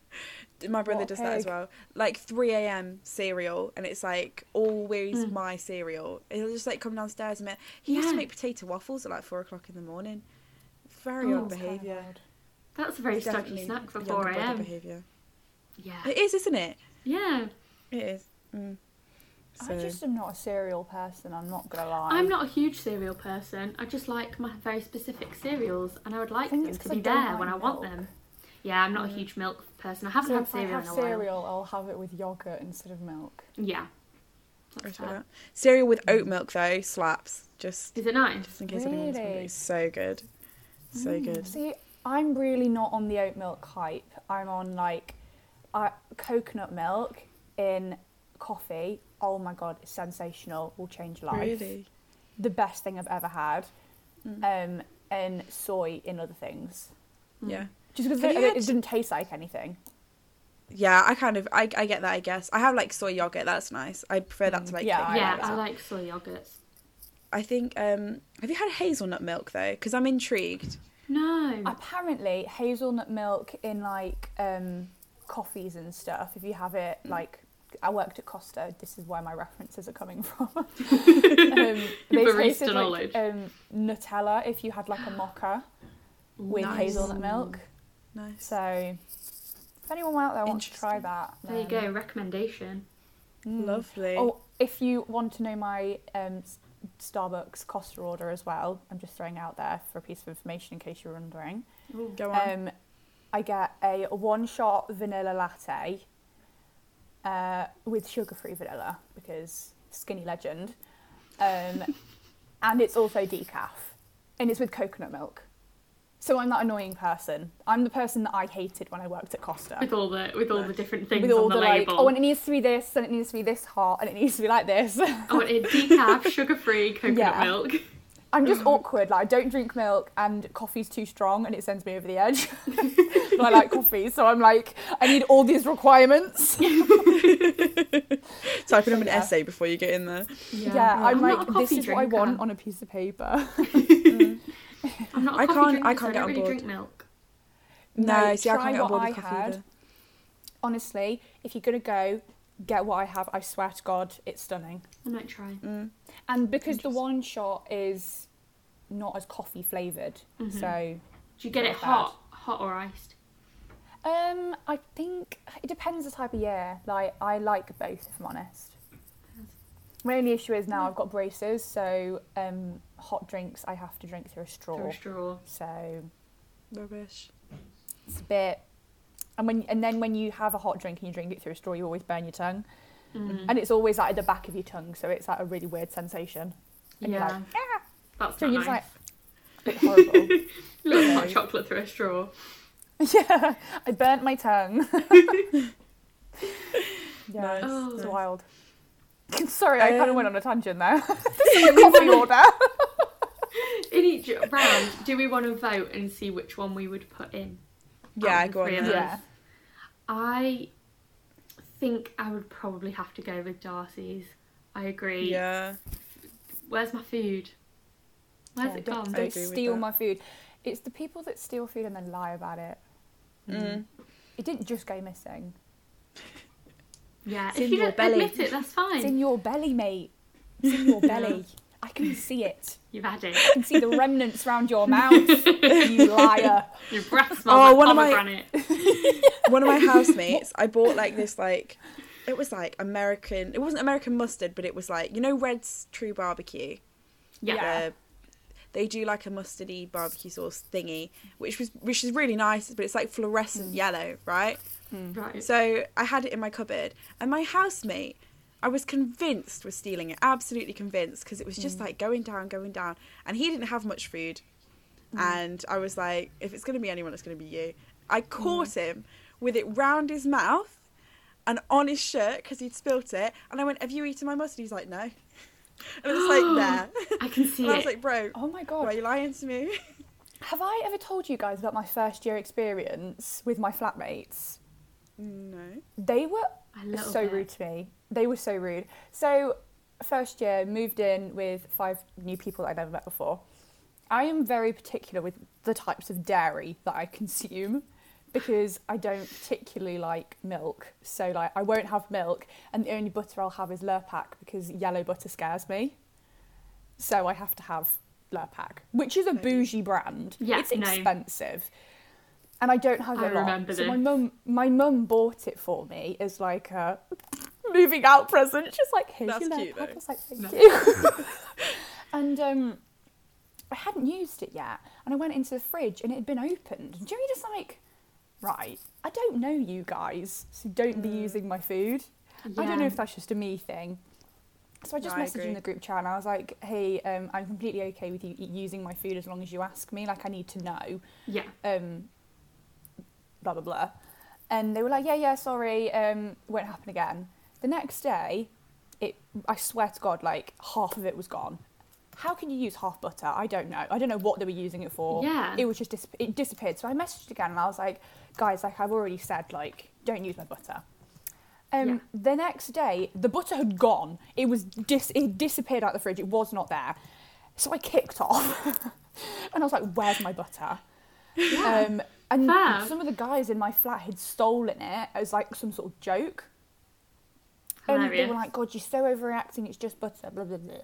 Speaker 3: My brother
Speaker 2: What a
Speaker 3: does that as
Speaker 2: pig.
Speaker 3: well. Like 3 a.m. cereal, and it's like always my cereal. He'll just like come downstairs and make, he used
Speaker 1: Yeah.
Speaker 3: to make potato waffles at like four o'clock in the morning. Very
Speaker 1: Oh,
Speaker 3: odd
Speaker 1: it's
Speaker 3: behaviour.
Speaker 1: That's a very
Speaker 3: Definitely
Speaker 1: stodgy snack for
Speaker 3: younger
Speaker 1: 4
Speaker 3: brother
Speaker 1: a.m.
Speaker 3: behaviour.
Speaker 1: Yeah,
Speaker 3: It is, isn't it?
Speaker 1: yeah.
Speaker 3: It is. Mm. So,
Speaker 2: I just am not a cereal person, I'm not gonna lie.
Speaker 1: I'm not a huge cereal person. I just like my very specific cereals, and I would like
Speaker 2: think
Speaker 1: them
Speaker 2: it's
Speaker 1: to
Speaker 2: 'cause I
Speaker 1: be
Speaker 2: don't
Speaker 1: there
Speaker 2: like
Speaker 1: when I want
Speaker 2: milk.
Speaker 1: them. Yeah, I'm not a huge milk person. I haven't
Speaker 2: so
Speaker 1: had
Speaker 2: if I
Speaker 1: cereal
Speaker 2: have
Speaker 1: in a while.
Speaker 2: cereal, I'll have it with yogurt instead of milk.
Speaker 1: Yeah. That's
Speaker 3: I don't know.
Speaker 1: fair.
Speaker 3: Cereal with oat milk though slaps. Just
Speaker 1: Is it nice?
Speaker 3: just in case anyone's wondering,
Speaker 2: Really?
Speaker 3: it's so good, so good.
Speaker 2: See, I'm really not on the oat milk hype. I'm on like uh, coconut milk in coffee. Oh my god, it's sensational. Will change life.
Speaker 3: Really, Mm.
Speaker 2: The best thing I've ever had. Um, and soy in other things.
Speaker 3: yeah,
Speaker 2: Just because
Speaker 3: Have
Speaker 2: it,
Speaker 3: you
Speaker 2: it
Speaker 3: had-
Speaker 2: didn't taste like anything.
Speaker 3: yeah. I kind of I, I get that. I guess I have like soy yogurt. That's nice. I prefer that to like
Speaker 2: Yeah,
Speaker 3: cake
Speaker 2: I
Speaker 1: yeah,
Speaker 2: like
Speaker 1: I
Speaker 3: yogurt.
Speaker 1: like soy yogurts.
Speaker 3: I think. Um, have you had hazelnut milk though? Because I'm intrigued.
Speaker 1: No.
Speaker 2: Apparently, hazelnut milk in like um, coffees and stuff. If you have it, like I worked at Costa. This is where my references are coming from. um, they
Speaker 1: barista
Speaker 2: tasted
Speaker 1: knowledge.
Speaker 2: like um, Nutella if you had like a mocha with
Speaker 3: Nice.
Speaker 2: hazelnut milk.
Speaker 3: Nice.
Speaker 2: So, if anyone out there wants to try
Speaker 3: Interesting.
Speaker 2: that,
Speaker 1: There you go,
Speaker 2: then-
Speaker 1: recommendation.
Speaker 2: Mm.
Speaker 3: Lovely.
Speaker 2: Oh, if you want to know my um, s- Starbucks Costa order as well, I'm just throwing it out there for a piece of information in case you're wondering.
Speaker 1: Ooh.
Speaker 3: Go on.
Speaker 2: Um, I get a one shot vanilla latte uh, with sugar free vanilla because skinny legend. Um, and it's also decaf and it's with coconut milk. So I'm that annoying person. I'm the person that I hated when I worked at Costa.
Speaker 1: With all the with all the different things
Speaker 2: With all
Speaker 1: on the,
Speaker 2: the like,
Speaker 1: label.
Speaker 2: oh, and it needs to be this, and it needs to be this hot, and it needs to be like this.
Speaker 1: I wanted decaf, sugar free coconut
Speaker 2: Yeah.
Speaker 1: milk.
Speaker 2: I'm just awkward. Like I don't drink milk, and coffee's too strong, and it sends me over the edge. But I like coffee, so I'm like, I need all these requirements.
Speaker 3: Typing up an
Speaker 2: yeah.
Speaker 3: essay before you get in there.
Speaker 2: Yeah,
Speaker 1: Mm.
Speaker 2: I'm,
Speaker 1: not
Speaker 2: like,
Speaker 1: a
Speaker 2: this
Speaker 1: coffee
Speaker 2: is what I
Speaker 1: drinker.
Speaker 2: want on a piece of paper.
Speaker 1: I'm not a
Speaker 3: I can't-
Speaker 1: coffee drinker,
Speaker 3: I
Speaker 1: so
Speaker 3: can't
Speaker 1: I don't
Speaker 3: get on
Speaker 1: really
Speaker 3: board.
Speaker 1: drink milk.
Speaker 3: No, see, I
Speaker 2: try
Speaker 3: can't get on
Speaker 2: what
Speaker 3: board
Speaker 2: I
Speaker 3: with coffee
Speaker 2: had.
Speaker 3: either.
Speaker 2: Honestly, if you're gonna go, get what I have. I swear to God, it's stunning.
Speaker 1: I might try.
Speaker 2: And because the one shot is not as coffee flavored, so
Speaker 1: Do you get
Speaker 2: Not
Speaker 1: it
Speaker 2: bad.
Speaker 1: hot, hot or iced?
Speaker 2: um, I think it depends the type of year. Like I like both, if I'm honest. My only issue is now I've got braces, so um, hot drinks I have to drink through a straw.
Speaker 1: Through a straw.
Speaker 2: So
Speaker 3: Rubbish.
Speaker 2: It's a bit. And when and then when you have a hot drink and you drink it through a straw, you always burn your tongue,
Speaker 1: Mm. Mm-hmm.
Speaker 2: and it's always like at the back of your tongue, so it's like a really weird sensation. And
Speaker 1: yeah.
Speaker 2: you're like, ah,
Speaker 1: That's
Speaker 2: so
Speaker 1: not
Speaker 2: you're just
Speaker 1: nice.
Speaker 2: bit horrible.
Speaker 1: Little hot chocolate through a straw.
Speaker 2: yeah, I burnt my tongue. yeah,
Speaker 3: Nice,
Speaker 2: it's
Speaker 1: nice.
Speaker 2: wild. Sorry, I kind
Speaker 3: Um,
Speaker 2: of went on a tangent there. this is a coffee order.
Speaker 1: In each round, do we want to vote and see which one we would put in?
Speaker 3: Yeah,
Speaker 1: Out of the
Speaker 3: go on.
Speaker 1: three of
Speaker 3: then.
Speaker 1: us?
Speaker 2: Yeah.
Speaker 1: I think I would probably have to go with Darcy's. I agree.
Speaker 3: Yeah.
Speaker 1: Where's my food? Where's
Speaker 2: Yeah,
Speaker 1: it
Speaker 2: don't
Speaker 1: gone?
Speaker 3: I
Speaker 2: don't
Speaker 3: agree with
Speaker 2: steal
Speaker 3: that.
Speaker 2: my food. It's the people that steal food and then lie about it.
Speaker 3: Mm.
Speaker 2: It didn't just go missing.
Speaker 1: Yeah,
Speaker 3: It's
Speaker 1: if
Speaker 3: in
Speaker 1: you
Speaker 3: your
Speaker 1: don't
Speaker 3: belly.
Speaker 1: admit it, that's
Speaker 2: It's
Speaker 1: fine.
Speaker 2: in your belly, mate. It's in your belly. I can see it.
Speaker 1: You've had it.
Speaker 2: I can see the remnants round your mouth. you liar.
Speaker 1: Your breath smells
Speaker 3: Oh,
Speaker 1: like
Speaker 3: one of my-
Speaker 1: pomegranate.
Speaker 3: One of my housemates, I bought like this like it was like American it wasn't American mustard, but it was like you know Red's True Barbecue.
Speaker 1: Yeah.
Speaker 2: Yeah.
Speaker 3: Uh, they do like a mustardy barbecue sauce thingy, which was which is really nice, but it's like fluorescent yellow, right?
Speaker 1: Right.
Speaker 3: So I had it in my cupboard, and my housemate, I was convinced was stealing it, absolutely convinced, because it was just like going down, going down, and he didn't have much food, and I was like, if it's going to be anyone, it's going to be you. I caught him with it round his mouth and on his shirt because he'd spilt it, and I went, "Have you eaten my mustard?" He's like, "No," and I was like, "There."
Speaker 1: I can see
Speaker 3: and I was
Speaker 1: it.
Speaker 3: like, "Bro,
Speaker 2: Oh
Speaker 3: why
Speaker 2: my
Speaker 3: are
Speaker 2: god.
Speaker 3: you lying to me?"
Speaker 2: Have I ever told you guys about my first year experience with my flatmates?
Speaker 3: no.
Speaker 2: They were
Speaker 1: A little
Speaker 2: so
Speaker 1: bit.
Speaker 2: rude to me. They were so rude. So, first year, moved in with five new people that I'd never met before. I am very particular with the types of dairy that I consume because I don't particularly like milk. So, like, I won't have milk, and the only butter I'll have is Lurpak because yellow butter scares me. So, I have to have Lurpak, which is a bougie brand.
Speaker 1: Yeah,
Speaker 2: it's
Speaker 1: no.
Speaker 2: expensive and I don't have it
Speaker 1: I
Speaker 2: a lot.
Speaker 1: remember
Speaker 2: so my
Speaker 1: this.
Speaker 2: mum, my mum bought it for me as like a moving out present. She's like, "Here's
Speaker 3: That's
Speaker 2: your
Speaker 3: cute,
Speaker 2: laptop."
Speaker 3: though.
Speaker 2: I was like, "Thank
Speaker 1: No.
Speaker 2: you." and um, I hadn't used it yet, and I went into the fridge, and it had been opened. And Jimmy just like, right, I don't know
Speaker 3: Mm.
Speaker 2: you guys, so don't be using my food. I don't
Speaker 1: Yeah.
Speaker 2: know if that's just a me thing. So I just
Speaker 3: No, I
Speaker 2: messaged
Speaker 3: agree.
Speaker 2: in the group chat and I was like, "Hey, um, I'm completely okay with you eat- using my food as long as you ask me. Like, I need to know."
Speaker 1: Yeah.
Speaker 2: Um, blah blah blah, and they were like, "Yeah, yeah, sorry, um, won't happen again." The next day, it I swear to God, like half of it was gone. How can you use half butter? I don't know. I don't know what they were using it for.
Speaker 1: Yeah.
Speaker 2: it was just dis- it disappeared. So I messaged again and I was like, "Guys, like I've already said, like don't use my butter." Um,
Speaker 1: Yeah.
Speaker 2: The next day, the butter had gone. It was dis- it disappeared out the fridge. It was not there. So I kicked off, and I was like, "Where's my butter?" Um, and
Speaker 1: Fab.
Speaker 2: some of the guys in my flat had stolen it as like some sort of joke. And they
Speaker 1: Hilarious.
Speaker 2: were like, God, you're so overreacting, it's just butter, blah, blah, blah.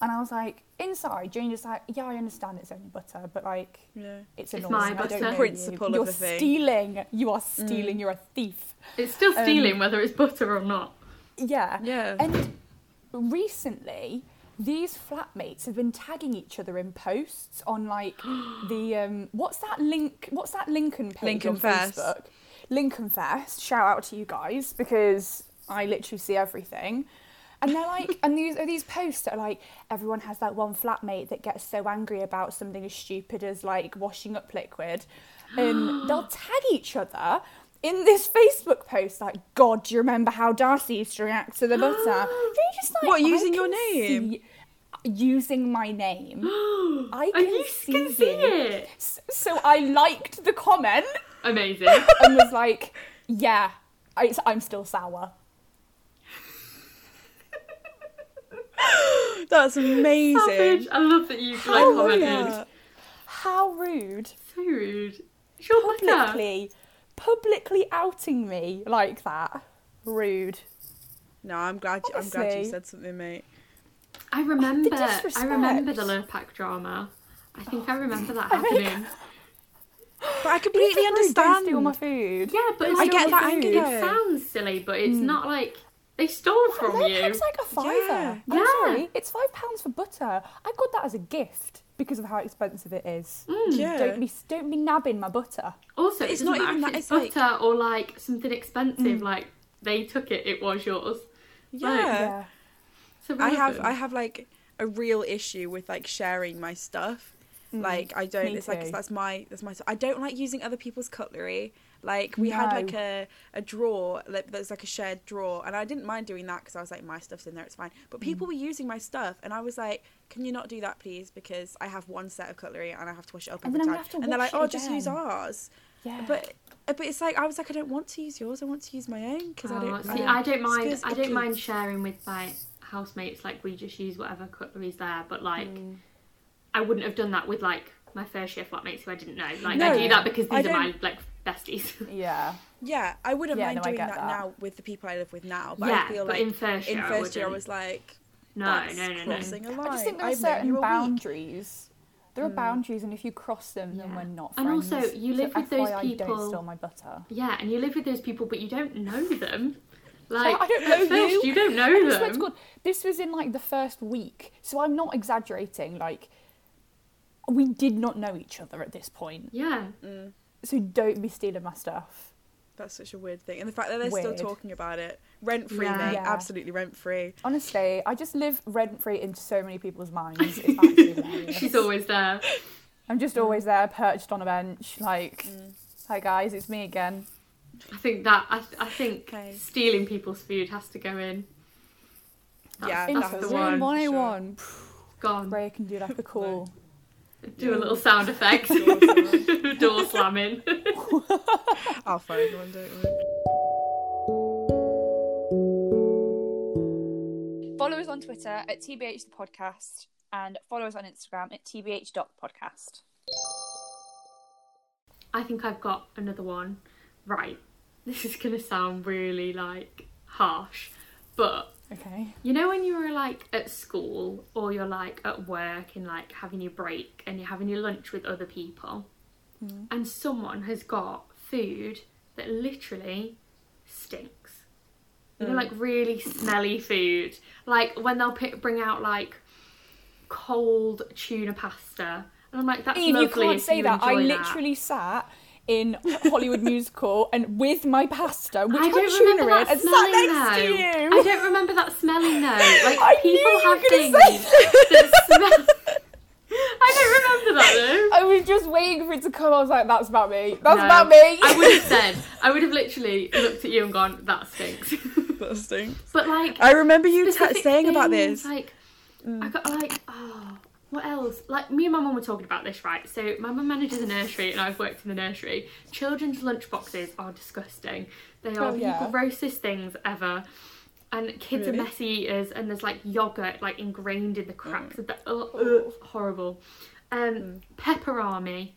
Speaker 2: And I was like, inside, Jane just like, yeah, I understand it's only butter, but like,
Speaker 3: Yeah.
Speaker 2: it's
Speaker 1: It's
Speaker 2: annoying.
Speaker 1: my
Speaker 2: I don't
Speaker 1: butter.
Speaker 2: know you.
Speaker 3: Principle of
Speaker 2: You're
Speaker 3: the thing. Mm.
Speaker 2: stealing. You are stealing. You're a thief.
Speaker 1: It's still
Speaker 2: Um,
Speaker 1: stealing whether it's butter or not.
Speaker 2: Yeah.
Speaker 3: Yeah.
Speaker 2: And recently, these flatmates have been tagging each other in posts on like the um, what's that link? What's that Lincoln page
Speaker 3: Lincoln
Speaker 2: on
Speaker 3: Fest.
Speaker 2: Facebook? Lincoln Fest. Shout out to you guys because I literally see everything. And they're like, and these are these posts that are like, everyone has that one flatmate that gets so angry about something as stupid as like washing up liquid. And they'll tag each other in this Facebook post, like, God, do you remember how Darcy used to react to the butter? They're just like,
Speaker 3: What,
Speaker 2: "I
Speaker 3: using your
Speaker 2: can
Speaker 3: name?"
Speaker 2: see- using my name. I
Speaker 1: and
Speaker 2: can
Speaker 1: you
Speaker 2: see
Speaker 1: can see
Speaker 2: you.
Speaker 1: it.
Speaker 2: S- So I liked the comment
Speaker 1: Amazing.
Speaker 2: and was like, yeah, I, I'm still sour.
Speaker 3: That's amazing.
Speaker 1: Savage. I love that you Oh like
Speaker 2: How
Speaker 1: commented.
Speaker 3: Yeah.
Speaker 2: How rude.
Speaker 1: So rude. It's your butter.
Speaker 2: publicly publicly outing me like that rude
Speaker 3: No, I'm glad. You, I'm glad you
Speaker 2: Honestly.
Speaker 3: said something, mate.
Speaker 1: I remember. I
Speaker 2: disrespect.
Speaker 1: remember the Lurpak drama. I think I remember that
Speaker 2: I really
Speaker 1: happening.
Speaker 3: But I completely
Speaker 2: Don't
Speaker 3: understand.
Speaker 2: steal my food
Speaker 1: Yeah, but
Speaker 2: It's
Speaker 1: like,
Speaker 2: your
Speaker 1: it-
Speaker 2: that anger
Speaker 1: It
Speaker 3: though.
Speaker 1: sounds silly, but it's
Speaker 3: Hmm.
Speaker 1: not like they stole from
Speaker 2: That
Speaker 1: you.
Speaker 2: looks like a fiver
Speaker 3: Yeah.
Speaker 2: I'm
Speaker 1: Yeah.
Speaker 2: sorry it's five pounds for butter I got that as a gift because of how expensive it is
Speaker 3: Yeah.
Speaker 2: don't be don't be nabbing my butter
Speaker 1: Also,
Speaker 3: But
Speaker 1: it's not even that. It's
Speaker 3: like- Hmm.
Speaker 1: butter or like something expensive. Like they took it, it was yours.
Speaker 3: yeah.
Speaker 2: yeah
Speaker 1: So
Speaker 3: I have. I have like a real issue with like sharing my stuff. Like I don't.
Speaker 2: Mm. me
Speaker 3: It's
Speaker 2: too.
Speaker 3: like that's my that's my. I don't like using other people's cutlery. Like we had
Speaker 2: No.
Speaker 3: like a a drawer like, that's like a shared drawer, and I didn't mind doing that because I was like my stuff's in there, it's fine.
Speaker 2: Mm.
Speaker 3: But people were using my stuff, and I was like, can you not do that, please? Because I have one set of cutlery and I have to wash it up
Speaker 2: And
Speaker 3: every
Speaker 2: then I'm
Speaker 3: time.
Speaker 2: gonna have to
Speaker 3: and they're
Speaker 2: wash
Speaker 3: like,
Speaker 2: it
Speaker 3: oh, just use
Speaker 2: again.
Speaker 3: ours.
Speaker 2: yeah
Speaker 3: But but it's like I was like I don't want to use yours. I want to use my own because I
Speaker 1: Oh,
Speaker 3: don't.
Speaker 1: see, I don't mind.
Speaker 3: Feels
Speaker 1: I don't
Speaker 3: icky.
Speaker 1: mind sharing with my housemates. Like we just use whatever cutlery's there. But like,
Speaker 3: Hmm.
Speaker 1: I wouldn't have done that with like my first year flatmates who I didn't know. Like I
Speaker 3: No,
Speaker 1: do that because
Speaker 3: I
Speaker 1: these are my like besties.
Speaker 2: yeah
Speaker 3: Yeah, I wouldn't
Speaker 2: Yeah,
Speaker 3: mind
Speaker 2: no, I
Speaker 3: doing
Speaker 2: get
Speaker 3: that,
Speaker 2: that.
Speaker 3: now with the people I live with now. But
Speaker 1: yeah,
Speaker 3: I feel
Speaker 1: but
Speaker 3: like
Speaker 1: in first year,
Speaker 3: in
Speaker 1: I,
Speaker 3: first year I
Speaker 1: wouldn't.
Speaker 3: was like,
Speaker 1: no,
Speaker 3: that's
Speaker 1: no, no, no.
Speaker 3: crossing a line.
Speaker 2: I just think there are
Speaker 3: I've
Speaker 2: Hmm.
Speaker 3: known
Speaker 2: certain
Speaker 3: you a week.
Speaker 2: boundaries there are boundaries and if you cross them then
Speaker 1: Yeah.
Speaker 2: we're not
Speaker 1: And
Speaker 2: friends
Speaker 1: also, you
Speaker 2: So
Speaker 1: live with those
Speaker 2: FYI,
Speaker 1: people-
Speaker 2: don't steal my butter
Speaker 1: Yeah, and you live with those people, but you don't know them. Like
Speaker 2: Like, I don't
Speaker 1: at
Speaker 2: know
Speaker 1: first,
Speaker 2: you.
Speaker 1: you don't
Speaker 2: I
Speaker 1: know
Speaker 2: swear to
Speaker 1: them.
Speaker 2: God, this was in like the first week, so I'm not exaggerating. Like, we did not know each other at this point,
Speaker 1: Yeah,
Speaker 2: so don't be stealing my stuff.
Speaker 3: That's such a weird thing, and the fact that they're still
Speaker 2: Weird.
Speaker 3: talking about it, rent free,
Speaker 1: Yeah.
Speaker 3: mate,
Speaker 2: Yeah.
Speaker 3: absolutely rent free.
Speaker 2: Honestly, I just live rent free in so many people's minds. It's actually hilarious.
Speaker 1: she's always there.
Speaker 2: I'm just always there, perched on a bench, like,
Speaker 1: Mm.
Speaker 2: "Hi guys, it's me again."
Speaker 1: I think that I, I think
Speaker 3: Okay.
Speaker 1: stealing people's food has to go in. That's,
Speaker 3: Yeah,
Speaker 1: that's
Speaker 3: that
Speaker 2: Into
Speaker 1: the
Speaker 3: has one.
Speaker 1: one.
Speaker 2: room 101.
Speaker 1: Gone.
Speaker 2: Ray can do like a call.
Speaker 1: Do a little sound effect. Door slamming.
Speaker 3: I'll find one, don't worry.
Speaker 2: Follow us on Twitter at tbh the podcast, and follow us on Instagram at tbh podcast.
Speaker 1: I think I've got another one. Right. This is gonna sound really like harsh, but
Speaker 2: Okay.
Speaker 1: You know when you were like at school or you're like at work and like having your break and you're having your lunch with other people
Speaker 2: Hmm.
Speaker 1: and someone has got food that literally stinks. You know,
Speaker 2: Hmm.
Speaker 1: like really smelly food. Like when they'll pick, bring out like cold tuna pasta. And I'm like, that's
Speaker 2: Eve, you
Speaker 1: lovely
Speaker 2: can't
Speaker 1: if
Speaker 2: say that. I
Speaker 1: enjoy
Speaker 2: literally sat in Hollywood musical and with my pasta, which
Speaker 1: I
Speaker 2: had
Speaker 1: don't
Speaker 2: tuna
Speaker 1: remember
Speaker 2: in,
Speaker 1: that
Speaker 2: and sat
Speaker 1: smelling
Speaker 2: next to
Speaker 1: though.
Speaker 2: you.
Speaker 1: I don't remember that smelling though. Like
Speaker 2: I knew
Speaker 1: people
Speaker 2: you were
Speaker 1: have
Speaker 2: gonna
Speaker 1: things
Speaker 2: say
Speaker 1: that smell. I don't remember that though.
Speaker 2: I was just waiting for it to come. I was like, "That's about me. That's
Speaker 1: No.
Speaker 2: about me."
Speaker 1: I would have said, I would have literally looked at you and gone, that stinks.
Speaker 3: That stinks.
Speaker 1: but like,
Speaker 3: I remember you ta
Speaker 1: specific
Speaker 3: saying about
Speaker 1: things,
Speaker 3: this.
Speaker 1: Like, I got like, oh, what else? Like, me and my mum were talking about this, right? So, my mum manages a nursery, and I've worked in the nursery. Children's lunchboxes are disgusting. They are
Speaker 2: Oh, yeah.
Speaker 1: the grossest things ever. And kids
Speaker 3: Really?
Speaker 1: are messy eaters, and there's like yogurt like ingrained in the cracks of the. Ugh, ugh, horrible. Um, Pepper army.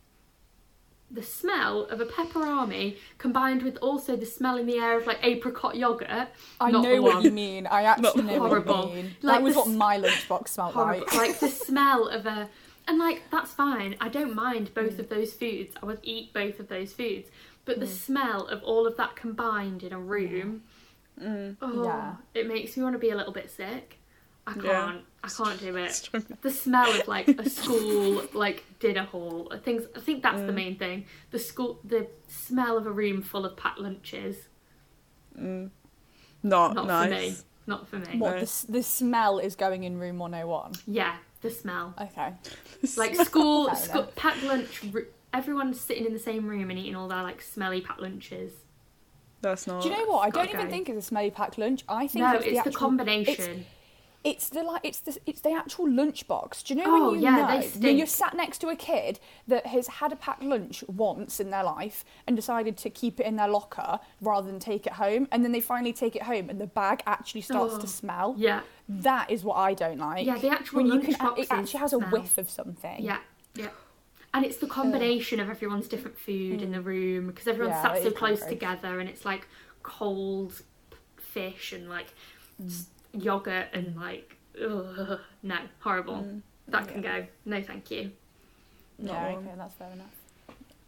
Speaker 1: The smell of a pepper army combined with also the smell in the air of like apricot yogurt.
Speaker 2: I
Speaker 1: not
Speaker 2: know
Speaker 1: the
Speaker 2: what
Speaker 1: one.
Speaker 2: you mean. I actually
Speaker 3: Not
Speaker 2: know what
Speaker 1: horrible.
Speaker 2: you mean.
Speaker 1: Like
Speaker 2: that was
Speaker 1: the
Speaker 2: what
Speaker 1: s-
Speaker 2: my lunchbox smelled
Speaker 1: horrible.
Speaker 2: like.
Speaker 1: like the smell of a and like that's fine. I don't mind both
Speaker 2: Mm.
Speaker 1: of those foods. I would eat both of those foods. But the smell of all of that combined in a room, oh,
Speaker 2: Mm. Yeah.
Speaker 1: it makes me want to be a little bit sick. I can't.
Speaker 3: Yeah.
Speaker 1: I can't do it.
Speaker 3: Strong-
Speaker 1: The smell of like a school like dinner hall uh, things. I think that's
Speaker 2: Mm.
Speaker 1: the main thing. The school, the smell of a room full of packed lunches.
Speaker 3: Not,
Speaker 1: Not
Speaker 3: nice.
Speaker 1: for me. Not for me.
Speaker 2: What the,
Speaker 3: Nice.
Speaker 2: s- the smell is going in room 101.
Speaker 1: Yeah, the smell.
Speaker 2: Okay.
Speaker 1: like school,
Speaker 2: Fair
Speaker 1: school
Speaker 2: enough.
Speaker 1: packed lunch. r- Everyone's sitting in the same room and eating all their like smelly packed lunches.
Speaker 3: That's not.
Speaker 2: Do you know what? I
Speaker 1: it's gotta
Speaker 2: don't even
Speaker 1: go.
Speaker 2: think it's a smelly packed lunch. I think
Speaker 1: No,
Speaker 2: it's,
Speaker 1: it's,
Speaker 2: the, actual,
Speaker 1: the combination.
Speaker 2: It's the like it's the it's the actual lunchbox. Do you know
Speaker 1: Oh,
Speaker 2: when you
Speaker 1: yeah, they
Speaker 2: know when you're
Speaker 1: stink.
Speaker 2: sat next to a kid that has had a packed lunch once in their life and decided to keep it in their locker rather than take it home, and then they finally take it home and the bag actually starts
Speaker 1: Oh,
Speaker 2: to smell.
Speaker 1: Yeah,
Speaker 2: That is what I don't like.
Speaker 1: Yeah, the actual
Speaker 2: when you can
Speaker 1: lunchbox
Speaker 2: it actually has a
Speaker 1: smell.
Speaker 2: whiff of something.
Speaker 1: yeah, yeah. And it's the combination of everyone's different food in the room because everyone's
Speaker 2: Mm. Yeah, it
Speaker 1: sat so
Speaker 2: is
Speaker 1: close
Speaker 2: gross.
Speaker 1: together and it's like cold p- fish and like
Speaker 2: Mm.
Speaker 1: s- yogurt and like ugh, no horrible.
Speaker 2: Mm.
Speaker 1: That can go. No, thank you.
Speaker 3: Not
Speaker 2: yeah,
Speaker 3: one.
Speaker 2: okay, that's fair enough.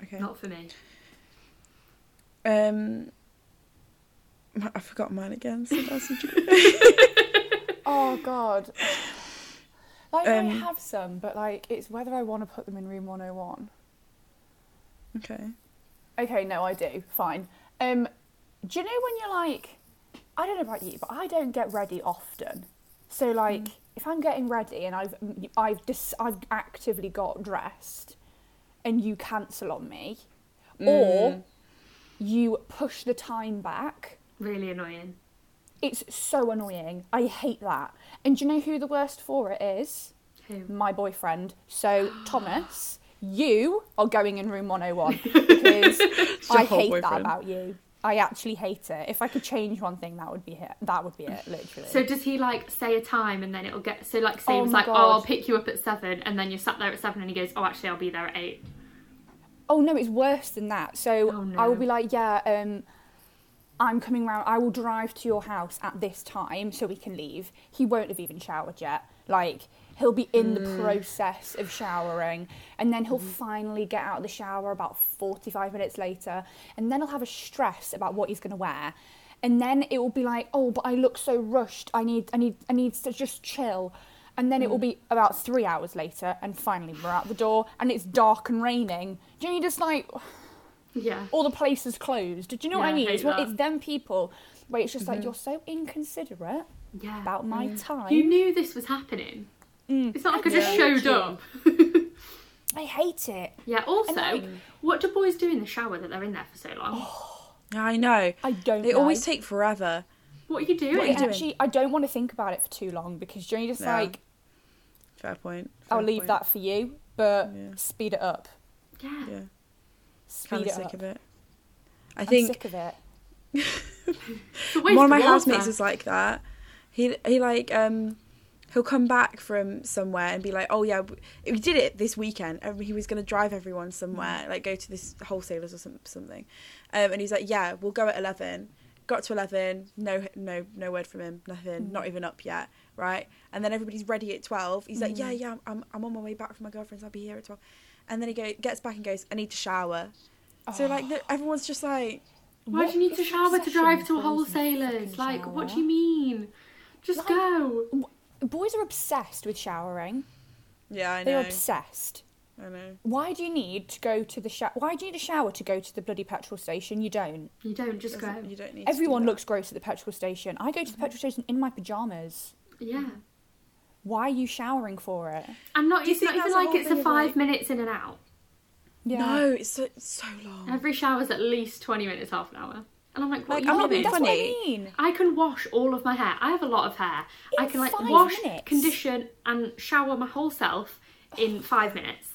Speaker 3: Okay.
Speaker 1: Not for me.
Speaker 3: Um, I forgot mine again. So that's what you-
Speaker 2: Oh god. Like
Speaker 3: Um,
Speaker 2: I have some, but like it's whether I want to put them in room 101.
Speaker 3: okay.
Speaker 2: Okay, no, I do. Fine. Um, do you know when you're like, I don't know about you, but I don't get ready often. So like, if I'm getting ready and I've I've dis- I've actively got dressed, and you cancel on me, or you push the time back.
Speaker 1: Really annoying.
Speaker 2: It's so annoying. I hate that. And do you know who the worst for it is?
Speaker 1: Who?
Speaker 2: my boyfriend. So Thomas, you are going in room 101 because I
Speaker 3: whole
Speaker 2: hate that
Speaker 3: boyfriend.
Speaker 2: about you. I actually hate it. If I could change one thing, that would be it. That would be it, literally.
Speaker 1: So does he like say a time and then it'll get so like say
Speaker 2: Oh
Speaker 1: he was
Speaker 2: my
Speaker 1: like oh I'll
Speaker 2: God.
Speaker 1: pick you up at seven and then you're sat there at seven and he goes oh actually I'll be there at eight.
Speaker 2: oh no, it's worse than that. So
Speaker 1: Oh,
Speaker 2: I will
Speaker 1: no.
Speaker 2: be like, yeah, um, I'm coming round. I will drive to your house at this time so we can leave. He won't have even showered yet. Like he'll be in the process of showering, and then he'll finally get out of the shower about 45 minutes later, and then he'll have a stress about what he's going to wear. And then it will be like, oh, but I look so rushed. I need, I need, I need to just chill. And then it will be about three hours later, and finally we're out the door, and it's dark and raining. Do you know, you're just like,
Speaker 1: Yeah.
Speaker 2: all the places closed. Do you know what I
Speaker 1: Yeah, I
Speaker 2: mean?
Speaker 1: hate
Speaker 2: It's, what,
Speaker 1: that.
Speaker 2: it's them people where it's just
Speaker 3: Mm-hmm.
Speaker 2: like you're so inconsiderate
Speaker 1: Yeah.
Speaker 2: about my
Speaker 3: Mm.
Speaker 2: time.
Speaker 1: You knew this was happening. It's not like I just
Speaker 2: Yeah.
Speaker 1: showed
Speaker 2: Yeah.
Speaker 1: up.
Speaker 2: I hate it.
Speaker 1: yeah. Also,
Speaker 2: like-
Speaker 1: what do boys do in the shower that they're in there for so long?
Speaker 3: Yeah, I know.
Speaker 2: I don't.
Speaker 3: They
Speaker 2: know.
Speaker 3: always take forever.
Speaker 1: What are you doing?
Speaker 2: But
Speaker 3: you
Speaker 2: it
Speaker 3: doing?
Speaker 2: actually, I don't want to think about it for too long because you're just
Speaker 3: Yeah,
Speaker 2: like,
Speaker 3: Fair point. fair
Speaker 2: I'll leave
Speaker 3: point.
Speaker 2: that for you, but
Speaker 3: Yeah.
Speaker 2: speed it up.
Speaker 1: Yeah.
Speaker 3: Yeah.
Speaker 2: Speed
Speaker 3: Kind
Speaker 2: it
Speaker 3: of sick
Speaker 2: up.
Speaker 3: of it. I
Speaker 2: I'm
Speaker 3: think
Speaker 2: sick of it.
Speaker 1: It's a waste
Speaker 3: one of my
Speaker 1: water.
Speaker 3: housemates is like that. He he like um he'll come back from somewhere and be like, oh yeah, w- we did it this weekend. And he was gonna drive everyone somewhere, like go to this wholesalers or some, something. Um, and he's like, yeah, we'll go at eleven. Got to eleven, no no no word from him, nothing, not even up yet, right? And then everybody's ready at twelve. He's like, yeah yeah, I'm, I'm I'm on my way back from my girlfriend's. I'll be here at twelve. And then he go, gets back and goes, I need to shower. So like the, everyone's just like.
Speaker 1: Why
Speaker 2: What
Speaker 1: do you need
Speaker 2: is
Speaker 1: to
Speaker 2: the
Speaker 1: shower to
Speaker 2: obsession
Speaker 1: drive
Speaker 2: with
Speaker 1: to a
Speaker 2: boys in the
Speaker 1: wholesaler's?
Speaker 2: fucking
Speaker 1: Like, what do
Speaker 2: shower?
Speaker 1: you mean? Just
Speaker 2: Like-
Speaker 1: go.
Speaker 2: W- Boys are obsessed with showering.
Speaker 3: Yeah, I know.
Speaker 2: They're obsessed.
Speaker 3: I know.
Speaker 2: Why do you need to go to the shower? Why do you need a shower to go to the bloody petrol station? You don't.
Speaker 1: You don't just go.
Speaker 3: Doesn't- You don't need. to do
Speaker 2: Everyone
Speaker 3: that.
Speaker 2: looks gross at the petrol station. I go to the
Speaker 3: Mm-hmm.
Speaker 2: petrol station in my pajamas.
Speaker 1: Yeah.
Speaker 2: Why are you showering for it?
Speaker 1: And not,
Speaker 3: Do you
Speaker 1: it's not
Speaker 3: think
Speaker 1: even
Speaker 3: that's a
Speaker 1: like
Speaker 3: whole
Speaker 1: it's a
Speaker 3: thing of,
Speaker 1: five
Speaker 3: like-
Speaker 1: minutes in and out.
Speaker 2: Yeah.
Speaker 3: No, it's so, it's so long.
Speaker 1: Every shower's at least 20 minutes, half an hour. And I'm like, what
Speaker 3: Like,
Speaker 1: are
Speaker 2: I'm
Speaker 1: you doing?
Speaker 2: not being
Speaker 3: That's
Speaker 2: funny.
Speaker 3: what I
Speaker 1: I can wash all of my hair. I have a lot of hair. I
Speaker 2: In
Speaker 1: can like
Speaker 2: five
Speaker 1: wash,
Speaker 2: minutes?
Speaker 1: condition, and shower my whole self in five minutes.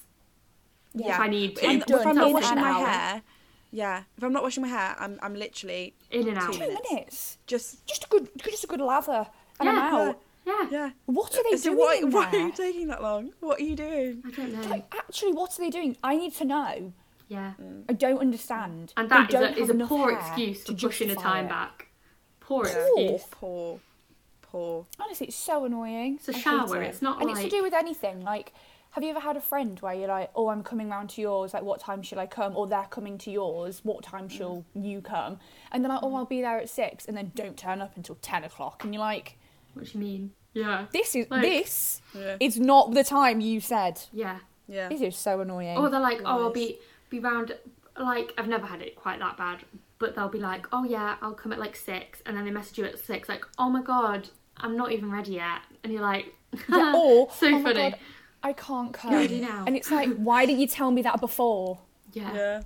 Speaker 2: Yeah.
Speaker 1: If I need to.
Speaker 2: I'm
Speaker 3: If,
Speaker 2: done
Speaker 3: if I'm not
Speaker 2: in
Speaker 3: washing
Speaker 2: an
Speaker 3: my
Speaker 2: hour.
Speaker 3: hair, yeah. If I'm not washing my hair, I'm I'm literally
Speaker 1: in and out.
Speaker 3: Two minutes.
Speaker 2: minutes.
Speaker 3: just
Speaker 2: Just a good, just a good lather, and I'm
Speaker 1: Yeah.
Speaker 2: out.
Speaker 1: Yeah.
Speaker 3: yeah.
Speaker 2: What are they
Speaker 3: so
Speaker 2: doing?
Speaker 3: why
Speaker 2: in
Speaker 3: why are
Speaker 2: there?
Speaker 3: you taking that long? What are you doing?
Speaker 1: I don't know.
Speaker 2: Like, actually, what are they doing? I need to know.
Speaker 1: Yeah.
Speaker 2: I don't understand.
Speaker 1: And
Speaker 2: They
Speaker 1: that is
Speaker 2: Mm. don't
Speaker 1: a, is
Speaker 2: have
Speaker 1: a
Speaker 2: enough
Speaker 1: poor
Speaker 2: hair
Speaker 1: excuse for
Speaker 2: to
Speaker 1: pushing a
Speaker 2: justify
Speaker 1: time
Speaker 2: it.
Speaker 1: back. Poor
Speaker 2: Yeah.
Speaker 1: excuse.
Speaker 3: Poor, poor.
Speaker 2: Honestly, it's so annoying.
Speaker 1: It's a
Speaker 2: I hate
Speaker 1: shower,
Speaker 2: it.
Speaker 1: it's not
Speaker 2: and it's
Speaker 1: like-
Speaker 2: to do with anything. Like, have you ever had a friend where you're like, "Oh, I'm coming round to yours. Like, what time shall I come?" Or they're coming to yours. What time shall
Speaker 1: Mm.
Speaker 2: you come? And they're like, "Oh, I'll be there at 6 and then don't turn up until ten o'clock. And you're like,
Speaker 1: What do you mean? Yeah.
Speaker 2: "This is
Speaker 1: Like-
Speaker 2: this
Speaker 3: Yeah.
Speaker 2: is not the time you said."
Speaker 1: Yeah.
Speaker 3: yeah.
Speaker 2: This is so annoying.
Speaker 1: Or they're like, oh, I'll
Speaker 3: Lies.
Speaker 1: be be round. Like I've never had it quite that bad, but they'll be like, oh yeah, I'll come at like six, and then they message you at six, like, oh my god, I'm not even ready yet, and you're like,
Speaker 2: Yeah, or
Speaker 1: so
Speaker 2: "Oh my
Speaker 1: funny.
Speaker 2: God, I can't come.
Speaker 1: Ready now.
Speaker 2: And it's like, why didn't you tell me that before?
Speaker 1: Yeah.
Speaker 3: Yeah.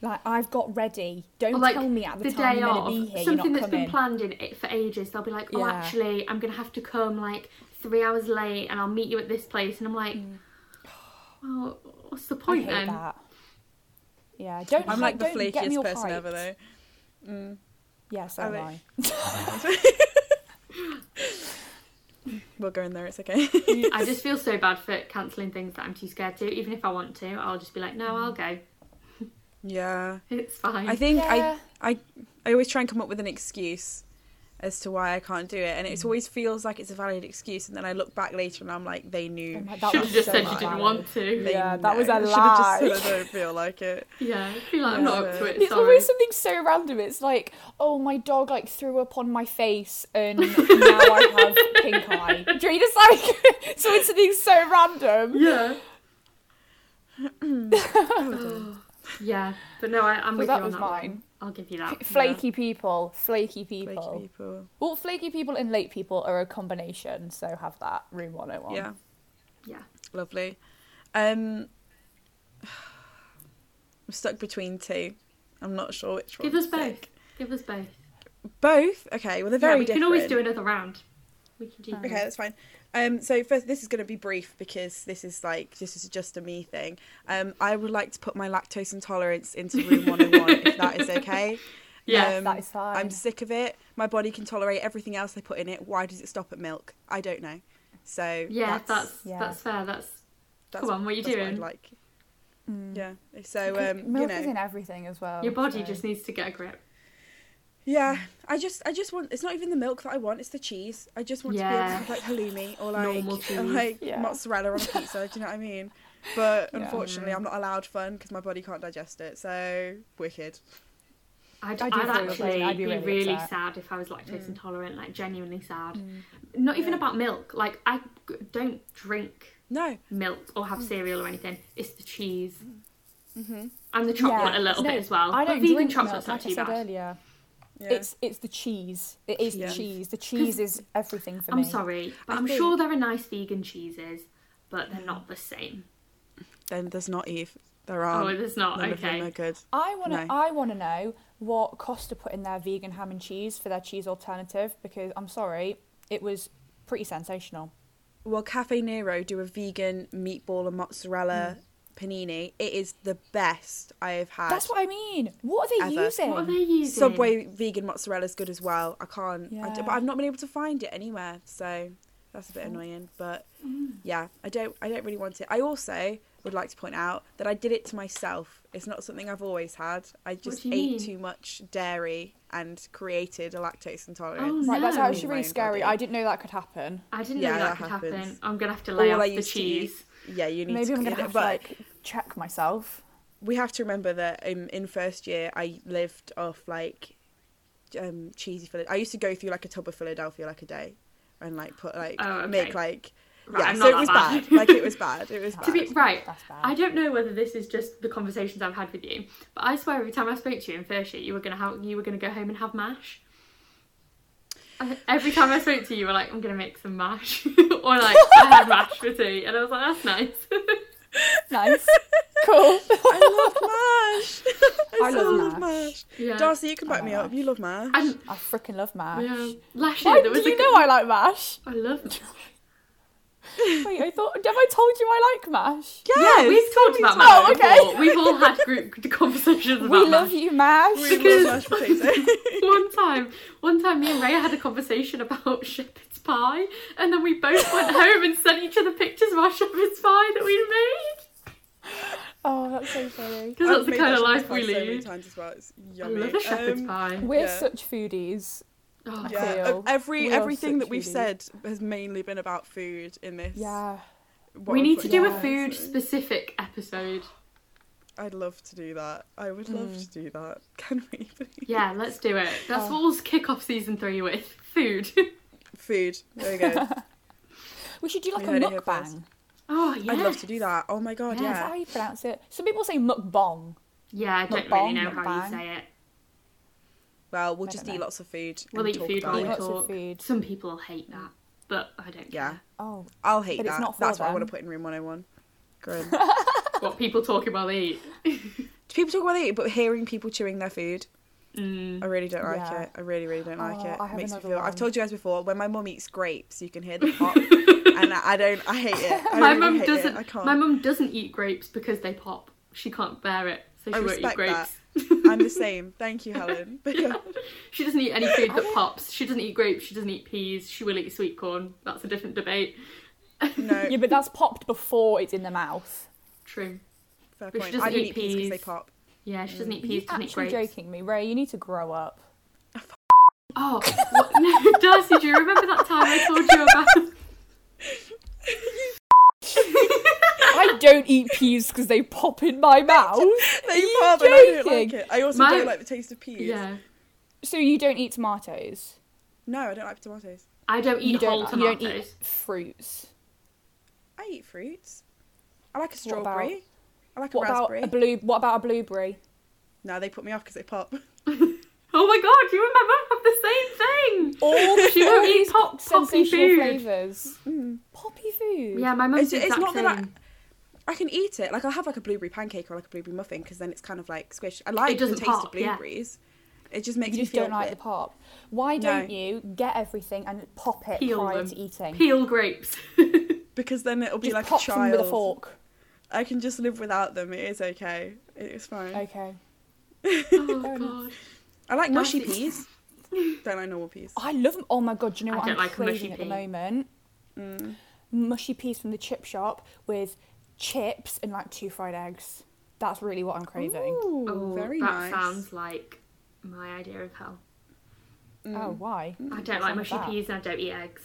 Speaker 2: Like I've got ready. Don't
Speaker 1: Or, like
Speaker 2: tell me at
Speaker 1: the,
Speaker 2: the, time
Speaker 1: day
Speaker 2: you're
Speaker 1: off,
Speaker 2: going to be here. You're
Speaker 1: something
Speaker 2: not
Speaker 1: that's
Speaker 2: coming.
Speaker 1: been planned in it for ages. They'll be like, "Oh,
Speaker 2: Yeah.
Speaker 1: actually, I'm gonna have to come like three hours late, and I'll meet you at this place." And I'm like, "Well, what's the
Speaker 2: Mm. I
Speaker 1: point
Speaker 2: hate
Speaker 1: then?"
Speaker 2: that. Yeah, don't.
Speaker 3: I'm like the
Speaker 2: don't get me
Speaker 3: flakiest
Speaker 2: all
Speaker 3: person
Speaker 2: hyped.
Speaker 3: ever though. Mm.
Speaker 2: Yeah, so
Speaker 3: I
Speaker 2: am
Speaker 3: like-
Speaker 2: I.
Speaker 3: We'll go in there. It's okay.
Speaker 1: I just feel so bad for cancelling things that I'm too scared to. Even if I want to, I'll just be like, "No, I'll go.
Speaker 3: yeah.
Speaker 1: It's fine."
Speaker 3: I think
Speaker 2: Yeah.
Speaker 3: I, I I always try and come up with an excuse as to why I can't do it, and
Speaker 2: Mm.
Speaker 3: it always feels like it's a valid excuse. And then I look back later, and I'm like, they
Speaker 2: Oh
Speaker 3: knew.
Speaker 2: my- that
Speaker 1: should
Speaker 2: was
Speaker 1: have just
Speaker 2: so
Speaker 1: said you
Speaker 2: bad.
Speaker 1: didn't want to.
Speaker 3: They
Speaker 2: Yeah, that was
Speaker 3: know.
Speaker 2: a
Speaker 3: I should've just said
Speaker 2: lie.
Speaker 3: I don't feel like it.
Speaker 1: Yeah, I feel like I'm not up to it.
Speaker 2: It's
Speaker 1: sorry.
Speaker 2: always something so random. It's like, oh, my dog like threw up on my face, and now I have pink eye. Do you just like? so it's something so random.
Speaker 1: yeah.
Speaker 3: Oh,
Speaker 1: Yeah, but no, I, I'm
Speaker 2: Well,
Speaker 1: with
Speaker 2: that
Speaker 1: you on
Speaker 2: was
Speaker 1: that
Speaker 2: mine.
Speaker 1: One. I'll give you that.
Speaker 2: Flaky people, flaky people.
Speaker 3: dear. Flaky people.
Speaker 2: Well, flaky people and late people are a combination, so have that room 101.
Speaker 3: Yeah,
Speaker 1: Yeah. yeah.
Speaker 3: lovely. Um, I'm stuck between two. I'm not sure which one.
Speaker 1: Give us
Speaker 3: to pick.
Speaker 1: both. Give us both.
Speaker 3: Both. Okay. Well, they're very
Speaker 1: yeah, we
Speaker 3: different.
Speaker 1: can always do another round. We can do.
Speaker 3: Okay, that's fine. Um, so first, this is going to be brief because this is like this is just a me thing. Um, I would like to put my lactose intolerance into room 101 if that is okay.
Speaker 1: Yeah.
Speaker 3: Um,
Speaker 2: that is fine.
Speaker 3: I'm sick of it. My body can tolerate everything else they put in it. Why does it stop at milk? I don't know. So
Speaker 1: yeah, that's that's,
Speaker 2: yeah.
Speaker 1: fair. That's
Speaker 3: that's
Speaker 1: come on. What are you
Speaker 3: that's what I'd
Speaker 1: doing?
Speaker 3: like,
Speaker 2: Mm.
Speaker 3: yeah. So
Speaker 2: Because
Speaker 3: um, you
Speaker 2: milk is
Speaker 3: know,
Speaker 2: in everything as well.
Speaker 1: Your body
Speaker 2: so-
Speaker 1: just needs to get a grip.
Speaker 3: yeah. I just, I just want. It's not even the milk that I want. It's the cheese. I just want
Speaker 1: Yeah.
Speaker 3: to be able to have like halloumi or like
Speaker 1: Normal cheese.
Speaker 3: or, like
Speaker 2: Yeah.
Speaker 3: mozzarella on a pizza. do you know what I mean? But
Speaker 2: Yeah.
Speaker 3: unfortunately, I'm not allowed fun because my body can't digest it. So wicked.
Speaker 1: I'd,
Speaker 2: I
Speaker 1: I'd
Speaker 2: do feel
Speaker 1: actually
Speaker 2: like I'd
Speaker 1: be
Speaker 2: be
Speaker 1: really,
Speaker 2: really upset. Mm.
Speaker 1: sad if I was lactose intolerant. Like genuinely sad. Not even
Speaker 3: Yeah.
Speaker 1: about milk. Like I g- don't drink
Speaker 3: No.
Speaker 1: milk or
Speaker 2: Mm.
Speaker 1: have cereal or anything. It's the cheese
Speaker 3: Mm-hmm.
Speaker 1: and the chocolate
Speaker 2: Yeah.
Speaker 1: a little
Speaker 2: No,
Speaker 1: bit as well.
Speaker 2: I
Speaker 1: but
Speaker 2: don't
Speaker 1: vegan
Speaker 2: drink
Speaker 1: chocolate's
Speaker 2: milk, like
Speaker 1: not
Speaker 2: I
Speaker 1: too
Speaker 2: said
Speaker 1: bad.
Speaker 2: earlier.
Speaker 3: Yeah.
Speaker 2: It's it's the cheese. It is
Speaker 3: Cheese.
Speaker 2: the cheese. The cheese is everything for
Speaker 1: I'm
Speaker 2: me.
Speaker 1: sorry, but
Speaker 3: I
Speaker 1: I'm
Speaker 3: think-
Speaker 1: sure there are nice vegan cheeses, but
Speaker 2: Mm.
Speaker 1: they're not the same.
Speaker 3: Then there's not Eve. There
Speaker 1: Oh,
Speaker 3: are.
Speaker 1: there's not.
Speaker 3: Um, None of them are
Speaker 1: okay.
Speaker 3: good.
Speaker 2: I want to
Speaker 3: No.
Speaker 2: I want to know what Costa put in their vegan ham and cheese for their cheese alternative because I'm sorry, it was pretty sensational.
Speaker 3: Well, Cafe Nero do a vegan meatball and mozzarella
Speaker 2: Mm.
Speaker 3: panini. It is the best I have had.
Speaker 2: That's what I mean. What are they
Speaker 3: Ever.
Speaker 2: using?
Speaker 1: What are they using?
Speaker 3: Subway vegan mozzarella is good as well. I can't, I d-
Speaker 2: Yeah.
Speaker 3: but I've not been able to find it anywhere, so that's a bit annoying. But
Speaker 2: Mm.
Speaker 3: yeah, I don't, I don't really want it. I also would like to point out that I did it to myself. It's not something I've always had. I just
Speaker 1: do
Speaker 3: ate
Speaker 1: you mean?
Speaker 3: too much dairy and created a lactose
Speaker 1: Oh,
Speaker 3: intolerance.
Speaker 2: Right, that's
Speaker 1: No.
Speaker 2: actually really
Speaker 3: Mind
Speaker 2: scary.
Speaker 3: body.
Speaker 2: I didn't know that could happen.
Speaker 1: I didn't
Speaker 3: Yeah,
Speaker 1: know that,
Speaker 3: that
Speaker 1: could happen.
Speaker 3: happens.
Speaker 1: I'm gonna have to lay
Speaker 3: All I
Speaker 1: off the
Speaker 3: used to eat-
Speaker 1: cheese.
Speaker 3: Yeah, you need.
Speaker 2: Maybe
Speaker 3: to
Speaker 2: I'm gonna
Speaker 3: cut it,
Speaker 2: have to
Speaker 3: but
Speaker 2: like check myself.
Speaker 3: we have to remember that in, in first year I lived off like um cheesy Philadelphia. I used to go through like a tub of Philadelphia like a day and like put like
Speaker 1: Oh, okay.
Speaker 3: make like
Speaker 1: Right,
Speaker 3: yeah,
Speaker 1: I'm
Speaker 3: so
Speaker 1: not
Speaker 3: it was
Speaker 1: that
Speaker 3: bad. like it was bad. It was bad.
Speaker 1: to be right,
Speaker 2: That's bad.
Speaker 1: I don't know whether this is just the conversations I've had with you, but I swear every time I spoke to you in first year, you were gonna ha- you were gonna go home and have mash. I- Every time I spoke to you, you were like, "I'm gonna make some mash," or like, "I had mash for tea," and I was like, "That's nice."
Speaker 2: nice. cool.
Speaker 3: I love mash. I,
Speaker 2: I
Speaker 3: so
Speaker 2: love
Speaker 3: love mash.
Speaker 2: mash. Oh.
Speaker 1: yeah,
Speaker 3: Darcy, you can
Speaker 2: I
Speaker 3: back me
Speaker 2: love
Speaker 3: up. You love mash.
Speaker 1: and
Speaker 2: I freaking love mash.
Speaker 1: yeah, last year
Speaker 2: Why
Speaker 1: there was
Speaker 2: do
Speaker 1: a
Speaker 2: you know I like mash?
Speaker 1: I love mash.
Speaker 2: Wait, I thought have I told you I like mash?
Speaker 1: yeah, we've talked about mash
Speaker 2: times. Oh, okay.
Speaker 1: before. We've all had group conversations about
Speaker 2: we love
Speaker 1: mash.
Speaker 2: you, mash.
Speaker 3: We
Speaker 1: Because-
Speaker 3: love mashed potato.
Speaker 1: one time, one time, me and Raya had a conversation about shepherd's pie, and then we both went home and sent each other pictures of our shepherd's pie that we'd made.
Speaker 2: Oh, that's so funny.
Speaker 1: Because
Speaker 3: I've
Speaker 1: that's the
Speaker 3: made
Speaker 1: kind
Speaker 3: that
Speaker 1: of
Speaker 3: shepherd's
Speaker 1: life
Speaker 3: pie
Speaker 1: we
Speaker 3: so many
Speaker 1: lead.
Speaker 3: times as well. It's
Speaker 1: I
Speaker 3: yummy.
Speaker 1: love a shepherd's
Speaker 3: Um,
Speaker 1: pie.
Speaker 2: We're
Speaker 3: Yeah.
Speaker 2: such foodies.
Speaker 1: Oh,
Speaker 2: I
Speaker 3: Yeah,
Speaker 2: feel.
Speaker 3: of every
Speaker 2: We are
Speaker 3: everything that
Speaker 2: such
Speaker 3: we've
Speaker 2: foodies.
Speaker 3: said has mainly been about food in this.
Speaker 2: Yeah.
Speaker 3: what
Speaker 1: we
Speaker 3: we've
Speaker 1: need
Speaker 3: put
Speaker 1: to do a
Speaker 3: down,
Speaker 1: food
Speaker 3: so
Speaker 1: specific episode.
Speaker 3: I'd love to do that. I would love
Speaker 2: Mm.
Speaker 3: to do that. Can we? Please?
Speaker 1: Yeah, let's do it. That's
Speaker 2: Oh.
Speaker 1: what we'll kick off season three with food.
Speaker 3: Food. There we go.
Speaker 2: We should do like
Speaker 3: You
Speaker 2: a
Speaker 3: heard it here first.
Speaker 2: mukbang.
Speaker 1: oh yeah,
Speaker 3: I'd love to do that. Oh my god,
Speaker 1: Yeah,
Speaker 2: Is that
Speaker 3: yeah.
Speaker 2: how you pronounce it? Some people say mukbang.
Speaker 1: yeah. I don't really
Speaker 2: Mukbang,
Speaker 1: know how
Speaker 2: mukbang.
Speaker 1: you say it.
Speaker 3: Well, we'll
Speaker 2: I
Speaker 3: just
Speaker 2: don't
Speaker 3: eat
Speaker 2: know.
Speaker 3: lots of food.
Speaker 1: We'll
Speaker 3: and
Speaker 1: eat
Speaker 3: talk
Speaker 1: food
Speaker 3: about
Speaker 1: while we
Speaker 2: Eat
Speaker 3: it.
Speaker 2: lots of
Speaker 1: talk.
Speaker 2: food.
Speaker 1: Some people hate that, but I don't
Speaker 3: Yeah.
Speaker 1: care.
Speaker 2: Oh,
Speaker 3: I'll hate
Speaker 2: But
Speaker 3: that.
Speaker 2: it's not for
Speaker 3: That's what I want to
Speaker 2: them.
Speaker 3: put in room 101. Grim.
Speaker 1: What people talking about they eat.
Speaker 3: do people talk about it? But hearing people chewing their food,
Speaker 1: Mm.
Speaker 3: I really don't like
Speaker 2: Yeah.
Speaker 3: it. I really, really don't like
Speaker 2: Oh,
Speaker 3: it.
Speaker 2: I
Speaker 3: it
Speaker 2: have
Speaker 3: makes me
Speaker 2: another
Speaker 3: feel. I've
Speaker 2: one.
Speaker 3: told you guys before. When my mum eats grapes, you can hear the pop, and I, I don't. I hate it. I
Speaker 1: my
Speaker 3: really
Speaker 1: mum
Speaker 3: hate
Speaker 1: doesn't.
Speaker 3: It. I can't.
Speaker 1: My mum doesn't eat grapes because they pop. She can't bear it, so she
Speaker 3: I
Speaker 1: won't eat
Speaker 3: respect that.
Speaker 1: grapes.
Speaker 3: I'm the same. Thank you, Helen. But yeah.
Speaker 1: She doesn't eat any food
Speaker 2: I
Speaker 1: that
Speaker 2: don't-
Speaker 1: pops. She doesn't eat grapes. She doesn't eat peas. She will eat sweet corn. That's a different debate.
Speaker 3: No,
Speaker 2: Yeah, but that's popped before it's in the mouth.
Speaker 1: True.
Speaker 3: fair
Speaker 1: she
Speaker 3: point.
Speaker 1: doesn't
Speaker 3: I don't
Speaker 1: eat
Speaker 3: eat peas because they
Speaker 1: peas.
Speaker 3: pop.
Speaker 1: Yeah, she doesn't eat
Speaker 2: You're
Speaker 1: peas. Doesn't eat
Speaker 2: actually
Speaker 1: grapes.
Speaker 2: joking me, Ray. You need to grow up.
Speaker 1: Oh, what? no, Darcy, do you remember that time I told you about?
Speaker 2: I don't eat peas because they pop in my mouth.
Speaker 3: They
Speaker 2: you
Speaker 3: pop, and I don't like
Speaker 2: joking?
Speaker 3: it. I also
Speaker 1: My-
Speaker 3: don't like the taste of peas.
Speaker 1: Yeah,
Speaker 2: So you don't eat tomatoes.
Speaker 3: No, I don't like tomatoes.
Speaker 1: I don't eat
Speaker 2: you don't.
Speaker 1: whole
Speaker 2: you
Speaker 1: tomatoes.
Speaker 2: don't eat fruits.
Speaker 3: I eat fruits. I like a
Speaker 2: What about-
Speaker 3: strawberry. I like a
Speaker 2: What about
Speaker 3: raspberry.
Speaker 2: a blue? What about a blueberry?
Speaker 3: No, they put me off because they pop.
Speaker 1: Oh my god, you and my mum have the same thing.
Speaker 2: All the
Speaker 1: She won't eat pop poppy
Speaker 2: sensational
Speaker 1: food.
Speaker 2: flavors.
Speaker 3: Mm.
Speaker 2: Poppy food.
Speaker 1: Yeah, my mum's
Speaker 3: It's-
Speaker 1: the
Speaker 3: it's not
Speaker 1: exact same.
Speaker 3: that I- I can eat it. Like I'll have like a blueberry pancake or like a blueberry muffin because then it's kind of like squished. I like the
Speaker 1: doesn't
Speaker 3: taste of
Speaker 1: pop, yeah.
Speaker 3: blueberries. It just makes
Speaker 2: You
Speaker 3: me
Speaker 2: just
Speaker 3: feel
Speaker 2: don't like the
Speaker 3: good.
Speaker 2: pop. Why
Speaker 3: No.
Speaker 2: don't you get everything and pop it
Speaker 1: Peel
Speaker 2: prior
Speaker 1: them.
Speaker 2: to eating?
Speaker 1: Peel grapes. Oh
Speaker 3: because then it'll be
Speaker 2: Just
Speaker 3: like
Speaker 2: pop
Speaker 3: a child.
Speaker 2: them with a fork.
Speaker 3: I can just live without them. It is okay. It's fine.
Speaker 2: Okay. Oh.
Speaker 1: oh
Speaker 2: enough.
Speaker 1: god.
Speaker 3: I like mushy
Speaker 1: Darcy-
Speaker 3: peas. don't like normal peas.
Speaker 2: I love them. Oh my god! Do you know
Speaker 1: I
Speaker 2: what
Speaker 1: don't
Speaker 2: I'm
Speaker 1: like mushy
Speaker 2: craving at the
Speaker 1: pea.
Speaker 2: moment?
Speaker 3: Mm.
Speaker 2: Mushy peas from the chip shop with chips and like two fried eggs. That's really what I'm craving.
Speaker 3: Ooh,
Speaker 1: Oh,
Speaker 3: very
Speaker 1: that
Speaker 3: nice.
Speaker 1: sounds like my idea of hell.
Speaker 3: Mm.
Speaker 2: Oh, why?
Speaker 1: I don't like
Speaker 2: Sounds
Speaker 1: mushy
Speaker 2: bad.
Speaker 1: peas and I don't eat eggs.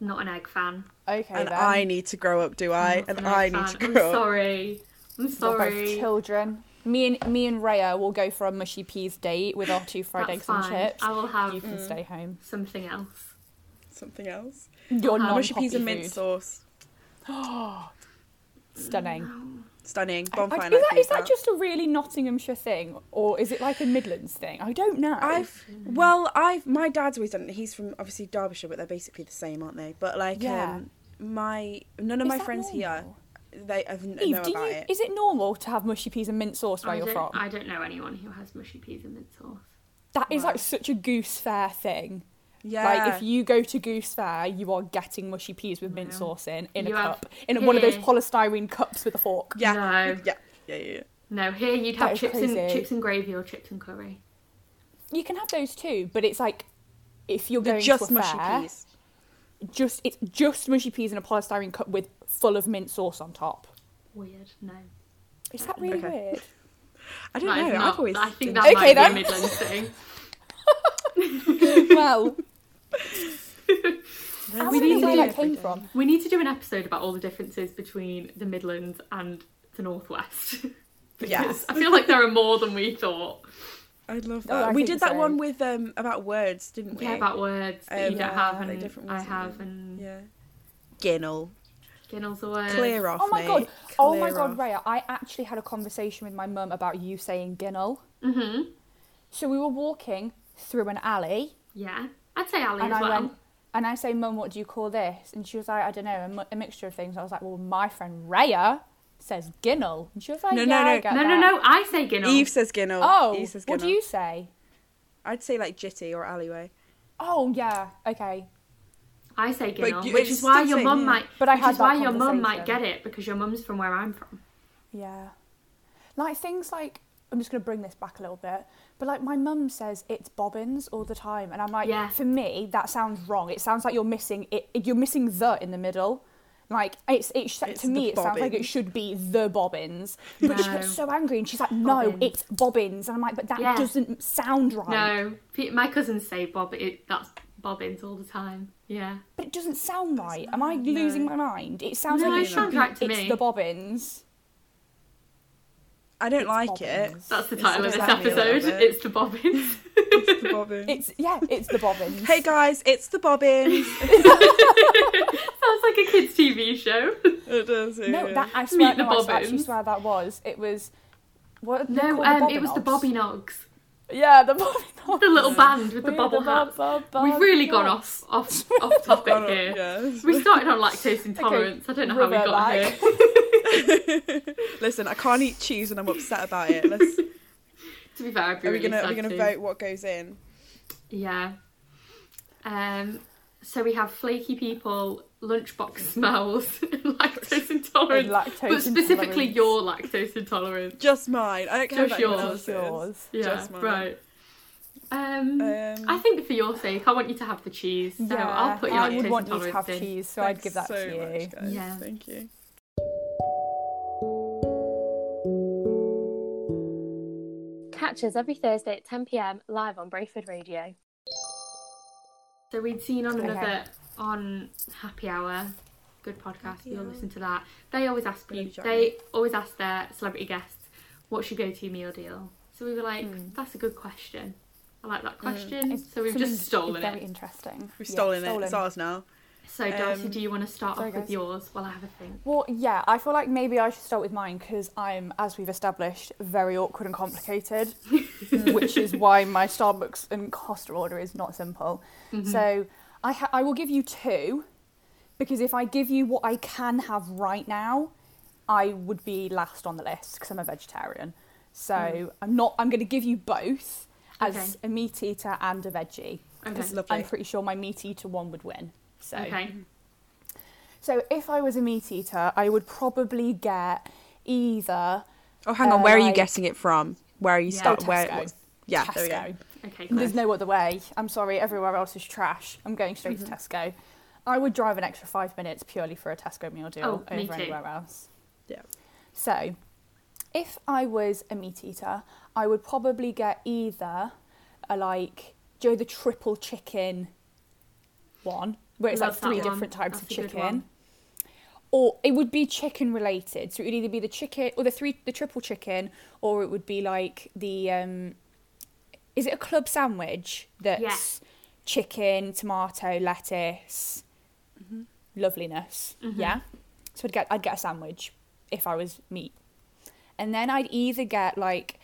Speaker 1: Not an egg fan.
Speaker 2: Okay
Speaker 3: and
Speaker 2: then. Mm,
Speaker 3: I need to grow up, do I?
Speaker 1: Not
Speaker 3: And
Speaker 1: an
Speaker 3: I
Speaker 1: egg
Speaker 3: need to
Speaker 1: fan.
Speaker 3: grow
Speaker 1: I'm
Speaker 3: up.
Speaker 1: sorry. I'm
Speaker 2: We're
Speaker 1: sorry.
Speaker 2: both children. Me and me and Raya will go for a mushy peas date with our two fried
Speaker 1: That's
Speaker 2: eggs
Speaker 1: fine.
Speaker 2: and chips.
Speaker 1: I will have
Speaker 2: You can stay home.
Speaker 1: something else.
Speaker 3: Something else.
Speaker 2: Your
Speaker 1: have
Speaker 2: non
Speaker 3: mushy peas and mint sauce.
Speaker 2: Stunning.
Speaker 3: Stunning.
Speaker 2: I- I-
Speaker 3: Bonfire night
Speaker 2: is, that,
Speaker 3: food,
Speaker 2: is that just a really Nottinghamshire thing, or is it like a Midlands thing? I don't know.
Speaker 3: I've well, I've my dad's always done it. He's from obviously Derbyshire, but they're basically the same, aren't they? But like,
Speaker 2: Yeah.
Speaker 3: um, my none of
Speaker 2: Is
Speaker 3: my
Speaker 2: that
Speaker 3: friends
Speaker 2: normal?
Speaker 3: here, they have n-
Speaker 2: Eve,
Speaker 3: know
Speaker 2: do you,
Speaker 3: about
Speaker 2: is
Speaker 3: it.
Speaker 2: it normal to have mushy peas and mint sauce where
Speaker 1: I
Speaker 2: you're
Speaker 1: don't,
Speaker 2: from?
Speaker 1: I don't know anyone who has mushy peas and mint sauce.
Speaker 2: That is
Speaker 3: Wow.
Speaker 2: like such a goose fair thing.
Speaker 3: Yeah,
Speaker 2: Like if you go to goose fair, you are getting mushy peas with mint
Speaker 1: Wow.
Speaker 2: sauce in in
Speaker 1: You
Speaker 2: a
Speaker 1: have
Speaker 2: cup in one of those
Speaker 1: here-
Speaker 2: polystyrene cups with a fork.
Speaker 3: yeah,
Speaker 1: No.
Speaker 3: yeah, yeah, yeah.
Speaker 1: No, here you'd
Speaker 2: That
Speaker 1: have
Speaker 2: is
Speaker 1: chips and
Speaker 2: crazy.
Speaker 1: chips and gravy or chips and curry.
Speaker 2: You can have those too, but it's like if you're
Speaker 3: They're
Speaker 2: going
Speaker 3: just
Speaker 2: to a
Speaker 3: mushy
Speaker 2: fair,
Speaker 3: peas.
Speaker 2: just it's just mushy peas in a polystyrene cup with full of mint sauce on top.
Speaker 1: Weird. No.
Speaker 2: Is that really
Speaker 3: Okay.
Speaker 2: weird?
Speaker 3: I don't
Speaker 1: That is
Speaker 3: know.
Speaker 1: not-
Speaker 3: I've always.
Speaker 1: I think
Speaker 3: been-
Speaker 1: that
Speaker 2: Okay
Speaker 1: might
Speaker 2: then.
Speaker 1: be a Midlands thing.
Speaker 2: well,
Speaker 3: They're
Speaker 2: I
Speaker 1: We need to
Speaker 2: don't know where
Speaker 1: do
Speaker 2: that
Speaker 1: it
Speaker 2: came from.
Speaker 1: We need to do an episode about all the differences between the Midlands and the Northwest.
Speaker 3: Yes.
Speaker 1: I feel like there are more than we thought.
Speaker 3: I'd love
Speaker 2: Oh,
Speaker 3: that.
Speaker 2: I
Speaker 3: we
Speaker 2: think
Speaker 3: did that
Speaker 2: so.
Speaker 3: one with um about words, didn't we?
Speaker 1: Yeah, about words that
Speaker 3: Um,
Speaker 1: you don't
Speaker 2: yeah,
Speaker 1: have
Speaker 3: they're
Speaker 1: and
Speaker 3: different
Speaker 1: I
Speaker 3: words, aren't
Speaker 1: have and
Speaker 3: yeah. Ginnel.
Speaker 1: Ginnel's away.
Speaker 3: Clear off.
Speaker 2: Oh my
Speaker 3: mate.
Speaker 2: god! Oh my
Speaker 3: Clear
Speaker 2: god,
Speaker 3: off.
Speaker 2: Raya! I actually had a conversation with my mum about you saying Ginnel.
Speaker 1: Mm-hmm.
Speaker 2: So we were walking through an alley,
Speaker 1: Yeah. I'd say Ali
Speaker 2: and
Speaker 1: as
Speaker 2: I
Speaker 1: well.
Speaker 2: went, and I say, "Mum, what do you call this?" And she was like, "I don't know, a, mu- a mixture of things." I was like, "Well, my friend Raya says Ginnel," and she was like,
Speaker 3: No, no,
Speaker 2: "Yeah, I
Speaker 3: no.
Speaker 2: get
Speaker 1: no, no,
Speaker 2: that."
Speaker 1: no. I say Ginnel.
Speaker 3: Eve says Ginnel.
Speaker 2: Oh,
Speaker 3: Eve says Ginnel.
Speaker 2: what do you say?
Speaker 3: I'd say like Jitty or Alleyway.
Speaker 2: Oh yeah, okay.
Speaker 1: I say
Speaker 3: But
Speaker 1: Ginnel,
Speaker 3: you-
Speaker 1: which
Speaker 3: it's
Speaker 1: is why
Speaker 3: still
Speaker 1: your
Speaker 3: saying,
Speaker 1: mum
Speaker 3: yeah.
Speaker 1: might.
Speaker 2: But I
Speaker 1: which
Speaker 2: had
Speaker 1: is
Speaker 2: that
Speaker 1: why your mum might
Speaker 2: conversation.
Speaker 1: get it because your mum's from where I'm from.
Speaker 2: Yeah. Like things like I'm just gonna bring this back a little bit, but like my mum says it's bobbins all the time, and I'm like,
Speaker 1: Yeah.
Speaker 2: for me that sounds wrong. It sounds like you're missing it. You're missing the in the middle. Like it's it sh-
Speaker 3: It's
Speaker 2: to
Speaker 3: the
Speaker 2: me it sounds like it
Speaker 3: bobbins.
Speaker 2: should be the bobbins, but she gets
Speaker 1: No.
Speaker 2: so angry and she's like, no,
Speaker 1: Bobbins.
Speaker 2: it's bobbins, and I'm like, but that
Speaker 1: Yeah.
Speaker 2: doesn't sound right.
Speaker 1: No, pe- my cousins say Bob. It, that's bobbins all the time. Yeah.
Speaker 2: But it doesn't sound right. Am I losing my mind? It sounds
Speaker 1: No,
Speaker 2: like
Speaker 1: it
Speaker 2: it should
Speaker 1: sounds
Speaker 2: be
Speaker 1: right to
Speaker 2: it's
Speaker 1: me.
Speaker 2: the bobbins.
Speaker 3: I don't
Speaker 2: It's
Speaker 3: like
Speaker 2: bobbins.
Speaker 1: That's the
Speaker 3: It's
Speaker 1: title of this
Speaker 3: upset me a little
Speaker 1: episode.
Speaker 3: bit.
Speaker 1: It's the bobbins.
Speaker 3: it. The bobbins.
Speaker 2: It's yeah, it's the bobbins.
Speaker 3: Hey guys, it's the bobbins.
Speaker 1: Sounds like a kids' TV show.
Speaker 3: it does. it
Speaker 2: No,
Speaker 3: is.
Speaker 2: that I swear,
Speaker 1: Meet the
Speaker 2: no, I swear, actually
Speaker 1: Bobbins.
Speaker 2: swear that was. It was. What? they
Speaker 1: No,
Speaker 2: called
Speaker 1: um, it was the
Speaker 2: Bobbinobs?
Speaker 1: Bobby Noggs,
Speaker 2: Yeah, the Bobby Knobs.
Speaker 1: the little band with the
Speaker 2: We
Speaker 1: bobble
Speaker 2: had
Speaker 1: hat.
Speaker 2: bob- bob-
Speaker 1: We've really gone
Speaker 2: bob-
Speaker 1: off off off topic
Speaker 3: Gone on,
Speaker 1: here.
Speaker 3: yes.
Speaker 1: We started on lactose intolerance. I don't know how we
Speaker 2: revert
Speaker 1: got
Speaker 2: back.
Speaker 1: here.
Speaker 3: Listen, I can't eat cheese and I'm upset about it. Let's,
Speaker 1: To be fair, I'd be
Speaker 3: are we
Speaker 1: really
Speaker 3: gonna are we
Speaker 1: sad
Speaker 3: gonna
Speaker 1: too.
Speaker 3: vote what goes in?
Speaker 1: Yeah. Um. So we have flaky people, lunchbox smells, and lactose intolerance,
Speaker 2: And lactose
Speaker 1: but specifically
Speaker 2: intolerance.
Speaker 1: your lactose intolerance.
Speaker 3: Just mine. I don't care
Speaker 1: Just
Speaker 3: about anyone
Speaker 1: yours.
Speaker 3: else's.
Speaker 2: Yours.
Speaker 1: Yeah.
Speaker 3: Just mine.
Speaker 1: right. Um,
Speaker 3: Um,
Speaker 1: I think for your sake, I want you to have the cheese. So
Speaker 2: yeah,
Speaker 1: I'll put your
Speaker 2: I
Speaker 1: lactose
Speaker 2: would want you to
Speaker 1: intolerance
Speaker 2: have
Speaker 1: in.
Speaker 2: cheese, so I'd
Speaker 3: Thanks
Speaker 2: give that
Speaker 3: so
Speaker 2: to you.
Speaker 3: Much, guys.
Speaker 1: Yeah.
Speaker 3: Thank you.
Speaker 4: Catch us every Thursday at 10pm live on Brayford Radio.
Speaker 1: So we'd seen on
Speaker 2: Okay.
Speaker 1: another on Happy Hour, good podcast.
Speaker 3: Happy
Speaker 1: we all
Speaker 3: Hour.
Speaker 1: listen to that. They always ask
Speaker 3: Bit of
Speaker 1: you,
Speaker 3: a genre.
Speaker 1: they always ask their celebrity guests, "What's your go-to meal deal?" So we were like, "That's a good question. I like that question."
Speaker 2: Hmm. It's-
Speaker 1: So we've
Speaker 2: for me,
Speaker 1: just
Speaker 2: it's
Speaker 1: stolen
Speaker 2: Very
Speaker 1: it.
Speaker 2: interesting.
Speaker 3: We've
Speaker 2: Yeah,
Speaker 3: stolen it. It's ours now.
Speaker 1: So Darcy,
Speaker 3: Um,
Speaker 1: do you want to start
Speaker 2: sorry,
Speaker 1: off with
Speaker 2: guys.
Speaker 1: yours while I have a think?
Speaker 2: Well, yeah, I feel like maybe I should start with mine because I'm, as we've established, very awkward and complicated, which is why my Starbucks and Costa order is not simple.
Speaker 1: Mm-hmm.
Speaker 2: So I, ha- I will give you two because if I give you what I can have right now, I would be last on the list because I'm a vegetarian. So I'm not. I'm going to give you both as
Speaker 1: Mm. Okay.
Speaker 2: a meat eater and a veggie.
Speaker 1: Okay.
Speaker 2: 'cause
Speaker 3: Lovely.
Speaker 2: I'm pretty sure my meat eater one would win. So. hmm.
Speaker 1: Okay.
Speaker 2: So if I was a meat eater, I would probably get either
Speaker 3: Oh, hang on. Where are you
Speaker 2: like-
Speaker 3: getting it from? Where are you
Speaker 1: Yeah.
Speaker 3: start?
Speaker 2: Oh,
Speaker 3: Where?
Speaker 2: Tesco.
Speaker 3: what's- Yeah.
Speaker 2: Tesco.
Speaker 3: There we go.
Speaker 1: Okay.
Speaker 2: There's
Speaker 1: Great.
Speaker 2: no other way. I'm sorry, everywhere else is trash. I'm going straight
Speaker 1: Mm-hmm.
Speaker 2: to Tesco. I would drive an extra five minutes purely for a Tesco meal deal
Speaker 1: Oh, me
Speaker 2: over
Speaker 1: too.
Speaker 2: anywhere else.
Speaker 3: Yeah.
Speaker 2: So, if I was a meat eater, I would probably get either a like Joe the triple chicken one, where it's like
Speaker 1: Love that
Speaker 2: three
Speaker 1: one.
Speaker 2: different types
Speaker 1: That's a
Speaker 2: of
Speaker 1: good
Speaker 2: chicken.
Speaker 1: one.
Speaker 2: Or it would be chicken related, so it would either be the chicken or the three the triple chicken, or it would be like the um, is it a club sandwich that's chicken, tomato, lettuce, loveliness. Yeah. So I'd get I'd get a sandwich if I was meat, and then I'd either get like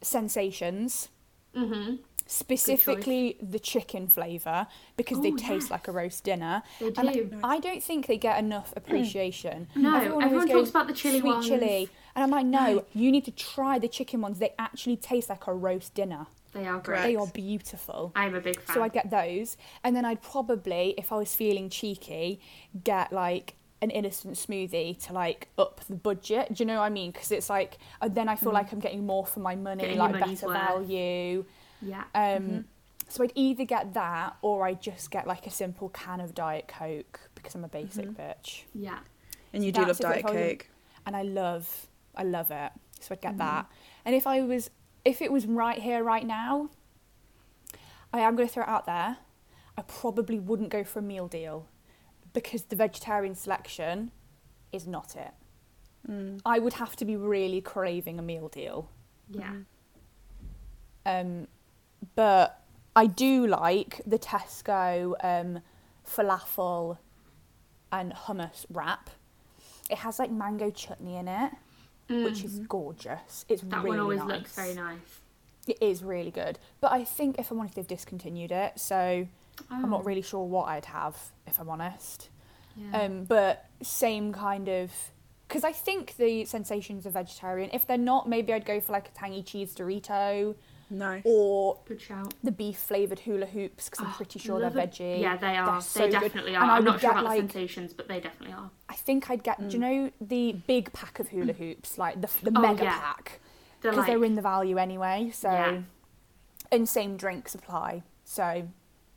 Speaker 2: sensations,
Speaker 1: Mm-hmm.
Speaker 2: specifically the chicken flavour, because they
Speaker 1: Oh,
Speaker 2: taste like a roast dinner.
Speaker 1: They do.
Speaker 2: And I don't think they get enough appreciation.
Speaker 1: Mm. No,
Speaker 2: always
Speaker 1: everyone
Speaker 2: goes,
Speaker 1: talks about the chili
Speaker 2: Sweet
Speaker 1: ones."
Speaker 2: chili, and I'm like, no, you need to try the chicken ones. They actually taste like a roast dinner.
Speaker 1: They are great.
Speaker 3: Correct.
Speaker 2: They are beautiful.
Speaker 1: I'm a big fan.
Speaker 2: So I'd get those, and then I'd probably, if I was feeling cheeky, get like an innocent smoothie to like up the budget. Do you know what I mean? Because it's like uh, then I feel like I'm getting more for my money,
Speaker 1: Mm. Getting your
Speaker 2: like
Speaker 1: money's
Speaker 2: better
Speaker 1: worth.
Speaker 2: value.
Speaker 1: yeah.
Speaker 2: Um, So I'd either get that or I'd just get like a simple can of Diet Coke because I'm a basic bitch,
Speaker 1: Yeah.
Speaker 3: And you do
Speaker 2: That's
Speaker 3: love
Speaker 2: if I
Speaker 3: diet
Speaker 2: told you-
Speaker 3: coke.
Speaker 2: and I love, I love it. So I'd get that. And if I was, if it was right here, right now, I am going to throw it out there. I probably wouldn't go for a meal deal because the vegetarian selection is not it.
Speaker 3: Mm.
Speaker 2: I would have to be really craving a meal deal.
Speaker 1: Yeah.
Speaker 2: Mm-hmm. Um, but I do like the Tesco um, falafel and hummus wrap. It has like mango chutney in it, which is gorgeous. It's
Speaker 1: Mm. Mm-hmm. That
Speaker 2: really
Speaker 1: one always
Speaker 2: nice.
Speaker 1: looks very nice.
Speaker 2: It is really good. But I think if I'm honest, they've discontinued it, so I'm
Speaker 1: Oh.
Speaker 2: not really sure what I'd have if I'm honest.
Speaker 1: Yeah.
Speaker 2: Um, but same kind of because I think the sensations are vegetarian. If they're not, maybe I'd go for like a tangy cheese Dorito
Speaker 3: Nice.
Speaker 2: or
Speaker 1: Good shout.
Speaker 2: the beef flavored hula hoops because I'm
Speaker 1: Oh,
Speaker 2: pretty sure they're
Speaker 1: love it.
Speaker 2: veggie.
Speaker 1: Yeah, they
Speaker 2: They're
Speaker 1: are.
Speaker 2: so
Speaker 1: they
Speaker 2: good.
Speaker 1: definitely
Speaker 2: And
Speaker 1: are.
Speaker 2: I
Speaker 1: I'm
Speaker 2: would
Speaker 1: not sure
Speaker 2: get,
Speaker 1: about
Speaker 2: like-
Speaker 1: the Mm. sensations, but they definitely are.
Speaker 2: I think I'd get. Do you know the big pack of hula hoops, like the the mega
Speaker 1: Mm. Oh, yeah.
Speaker 2: pack,
Speaker 1: They're
Speaker 2: because
Speaker 1: like,
Speaker 2: they're in the value anyway. So,
Speaker 1: Yeah.
Speaker 2: and same drink supply. So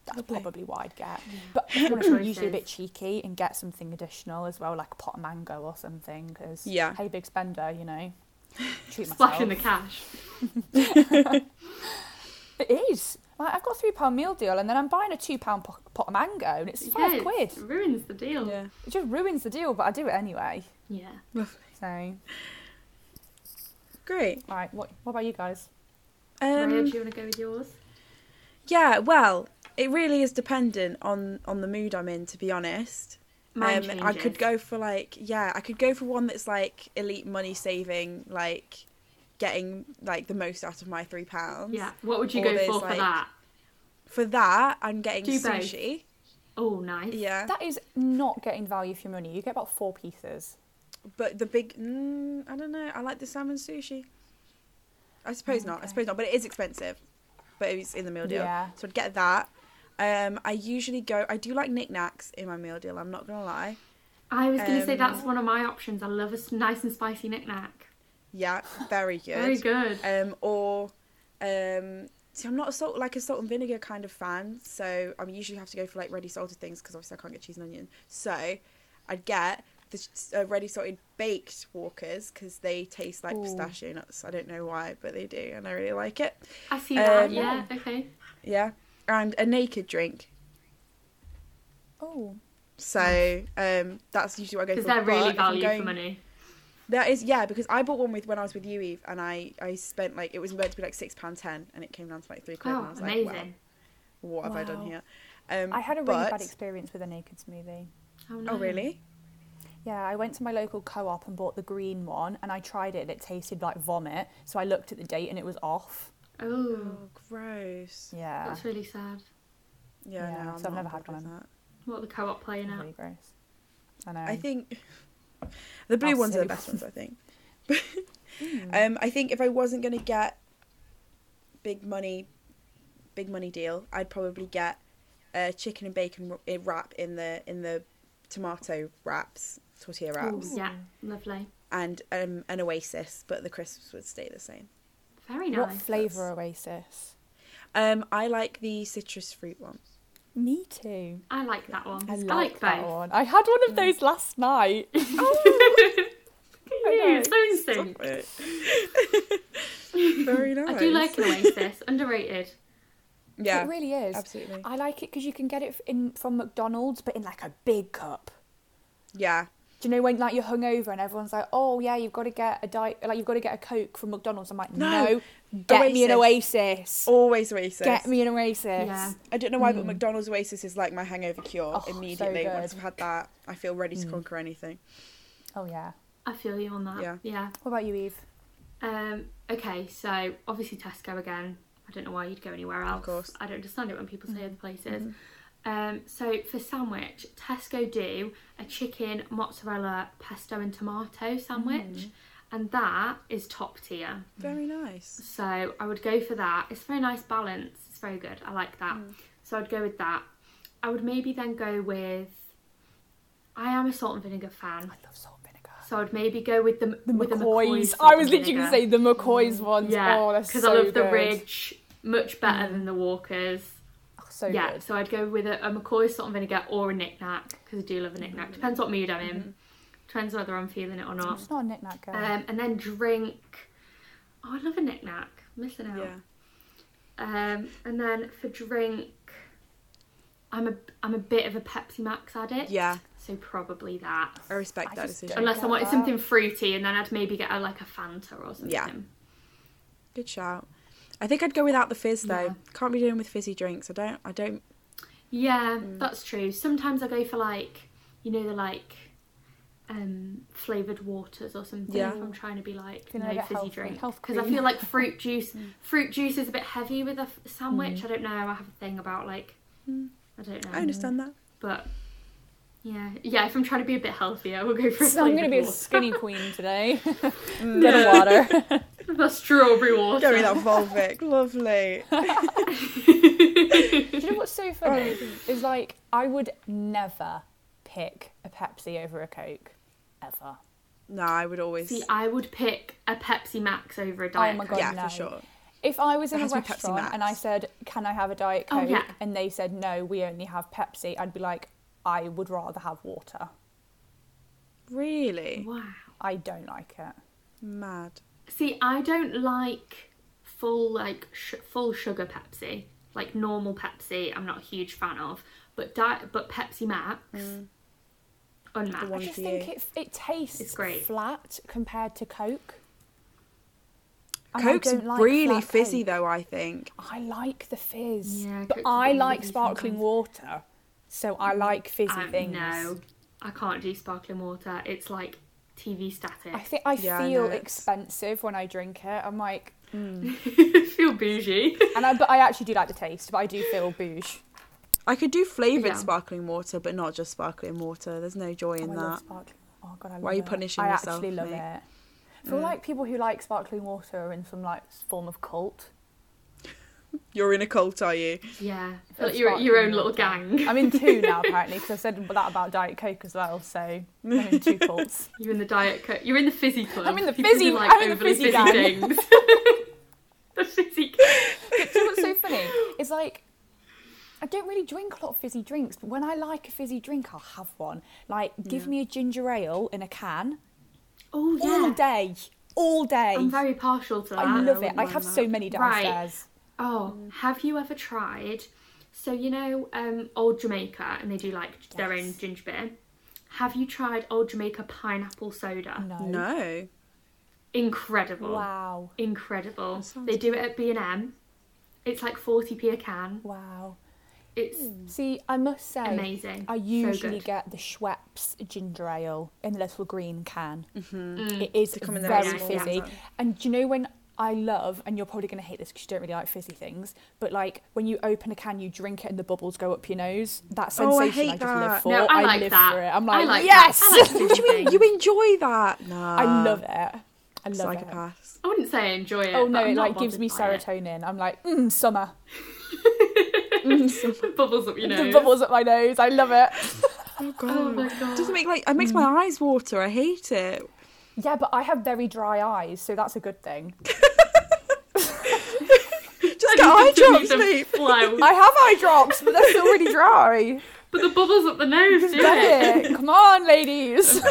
Speaker 2: that's
Speaker 3: Lovely.
Speaker 2: probably what I'd get. But I'm usually a
Speaker 1: choices.
Speaker 2: bit cheeky and get something additional as well, like a pot of mango or something. Because
Speaker 3: Yeah.
Speaker 2: hey, big spender, you know, treat myself.
Speaker 1: splashing the cash.
Speaker 2: It is. Like, I've got a three pound meal deal, and then I'm buying a two pound po- pot of mango, and it's five
Speaker 1: Yeah, it
Speaker 2: quid.
Speaker 1: ruins the deal.
Speaker 3: Yeah.
Speaker 2: It just ruins the deal, but I do it anyway.
Speaker 1: Yeah.
Speaker 3: Lovely.
Speaker 2: So,
Speaker 3: Great.
Speaker 2: right, what what about you guys?
Speaker 3: Um,
Speaker 1: Raya, do you want to go with yours?
Speaker 3: Yeah, well, it really is dependent on on the mood I'm in, to be honest. Um,
Speaker 1: Mine
Speaker 3: I could
Speaker 1: changes.
Speaker 3: go for like, yeah, I could go for one that's like elite money saving, like getting like the most out of my three pounds.
Speaker 1: Yeah. What would you
Speaker 3: Or
Speaker 1: go
Speaker 3: there's,
Speaker 1: for for
Speaker 3: like-
Speaker 1: that?
Speaker 3: For that, I'm getting
Speaker 1: Do both.
Speaker 3: sushi.
Speaker 1: Oh, nice.
Speaker 3: Yeah,
Speaker 2: That is not getting value for your money. You get about four pieces.
Speaker 3: but the big, mm, I don't know. I like the salmon sushi. I suppose not. I suppose not. But it is expensive. But it's in the meal deal,
Speaker 2: Yeah.
Speaker 3: so I'd get that. Um, I usually go. I do like knickknacks in my meal deal. I'm not gonna lie.
Speaker 1: I was going to say
Speaker 3: Um,
Speaker 1: that's one of my options. I love a s- nice and spicy knick-knack.
Speaker 3: Yeah, very good.
Speaker 1: Very good.
Speaker 3: Um, or um, see, I'm not a salt like a salt and vinegar kind of fan, so I usually have to go for like ready salted things because obviously I can't get cheese and onion. So I'd get the s- uh, ready salted baked Walkers because they taste like
Speaker 2: Ooh.
Speaker 3: pistachio nuts. I don't know why, but they do, and I really like it.
Speaker 1: I see that.
Speaker 3: um,
Speaker 1: yeah. Okay.
Speaker 3: Yeah, and a naked drink.
Speaker 2: Oh,
Speaker 3: So um, that's usually what I go for.
Speaker 1: Because they're really
Speaker 3: but if I'm
Speaker 1: value
Speaker 3: going-
Speaker 1: for money.
Speaker 3: That is yeah, because I bought one with when I was with you, Eve, and I I spent like it was meant to be like six pound ten, and it came down to like three quid, and I
Speaker 1: Oh,
Speaker 3: was
Speaker 1: amazing.
Speaker 3: like, wow. what have I done
Speaker 2: Wow.
Speaker 3: here? Um,
Speaker 2: I had a really
Speaker 3: but-
Speaker 2: bad experience with a naked smoothie.
Speaker 1: Oh, no.
Speaker 3: Oh, really?
Speaker 2: Yeah, I went to my local co-op and bought the green one, and I tried it, and it tasted like vomit. So I looked at the date, and it was off.
Speaker 1: Oh,
Speaker 3: Oh, gross.
Speaker 2: Yeah,
Speaker 1: that's really sad.
Speaker 3: Yeah,
Speaker 2: Yeah,
Speaker 3: no,
Speaker 2: so
Speaker 3: I'm
Speaker 2: I've
Speaker 3: not
Speaker 2: never had
Speaker 3: on board with
Speaker 2: one.
Speaker 3: that.
Speaker 1: What are the co-op playing
Speaker 2: really
Speaker 1: out?
Speaker 2: gross. I know.
Speaker 3: I think the blue
Speaker 2: I'll
Speaker 3: ones are the
Speaker 2: save.
Speaker 3: best ones. I think.
Speaker 2: Hmm.
Speaker 3: um, I think if I wasn't gonna get big money, big money deal, I'd probably get a chicken and bacon wr- eh, wrap in the in the tomato wraps, tortilla wraps,
Speaker 1: Yeah, lovely.
Speaker 3: and um, an Oasis, but the crisps would stay the same.
Speaker 1: Very nice.
Speaker 2: what flavour Oasis?
Speaker 3: Um, I like the citrus fruit one.
Speaker 2: Me too.
Speaker 1: I like that one.
Speaker 2: I,
Speaker 1: I,
Speaker 2: like,
Speaker 1: like
Speaker 2: that
Speaker 1: both. Mm.
Speaker 2: one. I had one of those last night.
Speaker 1: Ooh, so in
Speaker 3: Stop
Speaker 1: sync.
Speaker 3: it. Very nice.
Speaker 1: I do like an Oasis. Underrated.
Speaker 3: Yeah,
Speaker 2: It really is.
Speaker 3: absolutely.
Speaker 2: I like it because you can get it in from McDonald's, but in like a big cup.
Speaker 3: Yeah,
Speaker 2: Do you know when like you're hungover and everyone's like, "Oh yeah, you've got to get a diet, like you've got to get a Coke from McDonald's." I'm like,
Speaker 3: No,
Speaker 2: "No, get me an
Speaker 3: Oasis.
Speaker 2: Oasis.
Speaker 3: always Oasis.
Speaker 2: Get me an Oasis."
Speaker 1: Yeah.
Speaker 3: I don't know why, but McDonald's Oasis is like my hangover cure.
Speaker 2: Oh, so
Speaker 3: Immediately
Speaker 2: good. Mm.
Speaker 3: once I've had that, I feel ready to conquer anything.
Speaker 2: Oh yeah.
Speaker 1: I feel you on that.
Speaker 3: Yeah.
Speaker 1: yeah.
Speaker 2: What about you, Eve?
Speaker 1: Um, okay, so obviously Tesco again. I don't know why you'd go anywhere else.
Speaker 3: course.
Speaker 1: I don't understand it when people say other places. Um, so for sandwich, Tesco do a chicken, mozzarella, pesto and tomato sandwich. And that is top tier.
Speaker 2: Mm.
Speaker 3: Very nice.
Speaker 1: So I would go for that. It's a very nice balance. It's very good. I like that.
Speaker 2: Mm.
Speaker 1: So I'd go with that. I would maybe then go with. I am a salt and vinegar fan,
Speaker 2: I love salt vinegar.
Speaker 1: so I'd maybe go with the
Speaker 2: The
Speaker 1: with
Speaker 2: McCoys.
Speaker 1: salt
Speaker 2: I was
Speaker 1: and
Speaker 2: literally going
Speaker 1: vinegar. Mm,
Speaker 2: to say the McCoys ones. oh,
Speaker 1: Yeah,
Speaker 2: they're
Speaker 1: because
Speaker 2: so
Speaker 1: I love the
Speaker 2: good.
Speaker 1: Ridge much better than the Walkers.
Speaker 2: Oh, so
Speaker 1: yeah,
Speaker 2: good.
Speaker 1: so I'd go with a, a McCoy salt and vinegar or a knickknack because I do love a knickknack.
Speaker 2: Mm-hmm.
Speaker 1: Depends what mood I'm in. Depends whether I'm feeling it or not.
Speaker 2: It's not a knick-knack girl.
Speaker 1: Um, and then drink. Oh, I love a knickknack. Missing out.
Speaker 3: Yeah.
Speaker 1: Um, and then for drink, I'm a I'm a bit of a Pepsi Max addict.
Speaker 3: Yeah,
Speaker 1: So probably that,
Speaker 3: I respect
Speaker 2: I
Speaker 3: that
Speaker 2: just
Speaker 3: decision.
Speaker 2: don't-
Speaker 1: unless I
Speaker 2: Yeah.
Speaker 1: wanted something fruity, and then I'd maybe get a, like a Fanta or something.
Speaker 3: Yeah. Good shout. I think I'd go without the fizz though.
Speaker 1: Yeah.
Speaker 3: Can't be doing with fizzy drinks. I don't. I don't.
Speaker 1: Yeah, that's true. Sometimes I go for like you know, the like um flavored waters or something.
Speaker 3: Yeah.
Speaker 1: If I'm trying to be like
Speaker 2: Feeling
Speaker 1: no
Speaker 2: like a
Speaker 1: fizzy
Speaker 2: health-
Speaker 1: drink,
Speaker 2: health Mm.
Speaker 1: because I
Speaker 2: queen.
Speaker 1: feel like fruit juice. fruit juice is a bit heavy with a f- sandwich. I don't know. I have a thing about like
Speaker 3: Mm.
Speaker 1: I don't know.
Speaker 3: I understand that.
Speaker 1: But yeah, yeah. If I'm trying to be a bit healthier, we'll go for. A
Speaker 2: So I'm going to
Speaker 1: flavoured
Speaker 2: be a
Speaker 1: water.
Speaker 2: skinny queen today.
Speaker 3: Mm.
Speaker 2: Get a water.
Speaker 1: the strawberry water.
Speaker 3: Don't be that vulvic. Lovely.
Speaker 2: Do you know what's so funny? Is like, I would never pick a Pepsi over a Coke. Ever.
Speaker 3: No, I would always.
Speaker 1: See, I would pick a Pepsi Max over a
Speaker 2: Oh
Speaker 1: Diet
Speaker 2: my
Speaker 1: Coke.
Speaker 3: yeah,
Speaker 2: god, no.
Speaker 3: for sure.
Speaker 2: If I was in
Speaker 3: There
Speaker 2: a
Speaker 3: has to be Pepsi
Speaker 2: restaurant
Speaker 3: Max.
Speaker 2: and I said, "Can I have a diet
Speaker 1: Oh,
Speaker 2: coke?"
Speaker 1: yeah.
Speaker 2: and they said, "No, we only have Pepsi," I'd be like, "I would rather have water.
Speaker 3: Really
Speaker 1: Wow.
Speaker 2: I don't like it."
Speaker 3: mad.
Speaker 1: See, I don't like full like sh- full sugar Pepsi, like normal Pepsi. I'm not a huge fan of, but diet, but Pepsi Max,
Speaker 2: Mm.
Speaker 1: unmatched.
Speaker 3: The one-
Speaker 2: I just
Speaker 3: for
Speaker 2: think
Speaker 3: you.
Speaker 2: it it tastes
Speaker 1: It's great.
Speaker 2: flat compared to Coke. And I
Speaker 3: Coke's
Speaker 2: don't like
Speaker 3: really
Speaker 2: flat
Speaker 3: fizzy
Speaker 2: Coke.
Speaker 3: though. I think.
Speaker 2: I like the fizz,
Speaker 1: Yeah,
Speaker 2: but
Speaker 1: Coke's a
Speaker 2: I
Speaker 1: bit
Speaker 2: like
Speaker 1: fizzy
Speaker 2: sparkling
Speaker 1: sometimes.
Speaker 2: water, so I like fizzy
Speaker 1: Um,
Speaker 2: things.
Speaker 1: No, I can't do sparkling water. It's like TV static.
Speaker 2: I think I
Speaker 3: Yeah, I
Speaker 2: feel
Speaker 3: know, it's-
Speaker 2: expensive when I drink it. I'm like,
Speaker 1: feel bougie.
Speaker 2: and I, but I actually do like the taste, but I do feel bouge.
Speaker 3: I could do flavoured
Speaker 1: Yeah.
Speaker 3: sparkling water, but not just sparkling water. There's no joy in
Speaker 2: Oh, I love
Speaker 3: that.
Speaker 2: sparkling- Oh god, I love
Speaker 3: are you
Speaker 2: it.
Speaker 3: punishing
Speaker 2: I
Speaker 3: yourself,
Speaker 2: actually love
Speaker 3: mate? Mm.
Speaker 2: it. I feel like people who like sparkling water are in some like form of cult.
Speaker 3: You're in a cult, are you?
Speaker 1: yeah, I feel
Speaker 2: That's
Speaker 1: like you're your own
Speaker 2: sparkling
Speaker 1: little
Speaker 2: water.
Speaker 1: gang.
Speaker 2: I'm in two now apparently because I said that about Diet Coke as well, so I'm in two cults.
Speaker 1: You're in the diet. Co- you're in the fizzy club.
Speaker 2: I'm in the
Speaker 1: People who
Speaker 2: fizzy-
Speaker 1: Like
Speaker 2: I'm in the
Speaker 1: overly
Speaker 2: fizzy gang.
Speaker 1: things. the fizzy.
Speaker 2: Do you know what's so funny? It's like I don't really drink a lot of fizzy drinks, but when I like a fizzy drink, I'll have one. Like, give me a ginger ale in a can
Speaker 1: Oh yeah.
Speaker 2: all day, all day.
Speaker 1: I'm very partial to that.
Speaker 2: I love it.
Speaker 3: wouldn't
Speaker 2: I
Speaker 3: mind
Speaker 2: have
Speaker 3: that.
Speaker 2: so many
Speaker 1: Right.
Speaker 2: downstairs.
Speaker 1: Oh, have you ever tried? So you know, um, Old Jamaica, and they do like their own
Speaker 2: Yes.
Speaker 1: ginger beer. Have you tried Old Jamaica pineapple soda?
Speaker 2: No.
Speaker 3: No.
Speaker 1: Incredible.
Speaker 2: Wow.
Speaker 1: Incredible.
Speaker 3: sounds
Speaker 1: They do it at B and M. It's like forty p a can.
Speaker 2: Wow.
Speaker 1: It's
Speaker 2: See, I must say,
Speaker 1: amazing.
Speaker 2: I
Speaker 1: So
Speaker 2: usually
Speaker 1: good.
Speaker 2: get the Schweppes ginger ale in the little green can.
Speaker 1: Mm.
Speaker 2: It is
Speaker 3: come in the
Speaker 2: very
Speaker 1: nice small
Speaker 3: cans,
Speaker 2: fizzy.
Speaker 3: aren't
Speaker 2: And do you know when I love, and you're probably going to hate this because you don't really like fizzy things, but like when you open a can, you drink it and the bubbles go up your nose. That
Speaker 3: Oh,
Speaker 2: sensation
Speaker 3: I
Speaker 2: I,
Speaker 3: hate
Speaker 2: just live
Speaker 3: that.
Speaker 2: for.
Speaker 1: No, I like
Speaker 2: live
Speaker 1: that.
Speaker 2: for it. I'm
Speaker 1: I
Speaker 2: like,
Speaker 1: like
Speaker 2: yes!
Speaker 1: that. I like fizzy things.
Speaker 3: You enjoy that? Nah.
Speaker 2: I love it. I love it.
Speaker 3: Psychopaths.
Speaker 1: I wouldn't say I enjoy it.
Speaker 2: Oh
Speaker 1: but
Speaker 2: no,
Speaker 1: I'm
Speaker 2: it
Speaker 1: not
Speaker 2: like gives
Speaker 1: bothered
Speaker 2: me
Speaker 1: by
Speaker 2: serotonin. I'm like, mm, summer.
Speaker 1: It. Bubbles up your nose.
Speaker 2: The bubbles up my nose. I love it.
Speaker 3: Oh
Speaker 1: Oh
Speaker 3: god.
Speaker 1: my god.
Speaker 3: Doesn't make like it makes
Speaker 2: Mm.
Speaker 3: my eyes water. I hate it.
Speaker 2: Yeah, but I have very dry eyes, so that's a good thing.
Speaker 3: Just get eye drops, mate.
Speaker 1: Flow.
Speaker 2: I have eye drops, but they're still really dry.
Speaker 1: But the bubbles up the nose do it.
Speaker 2: Get it? Come on, ladies.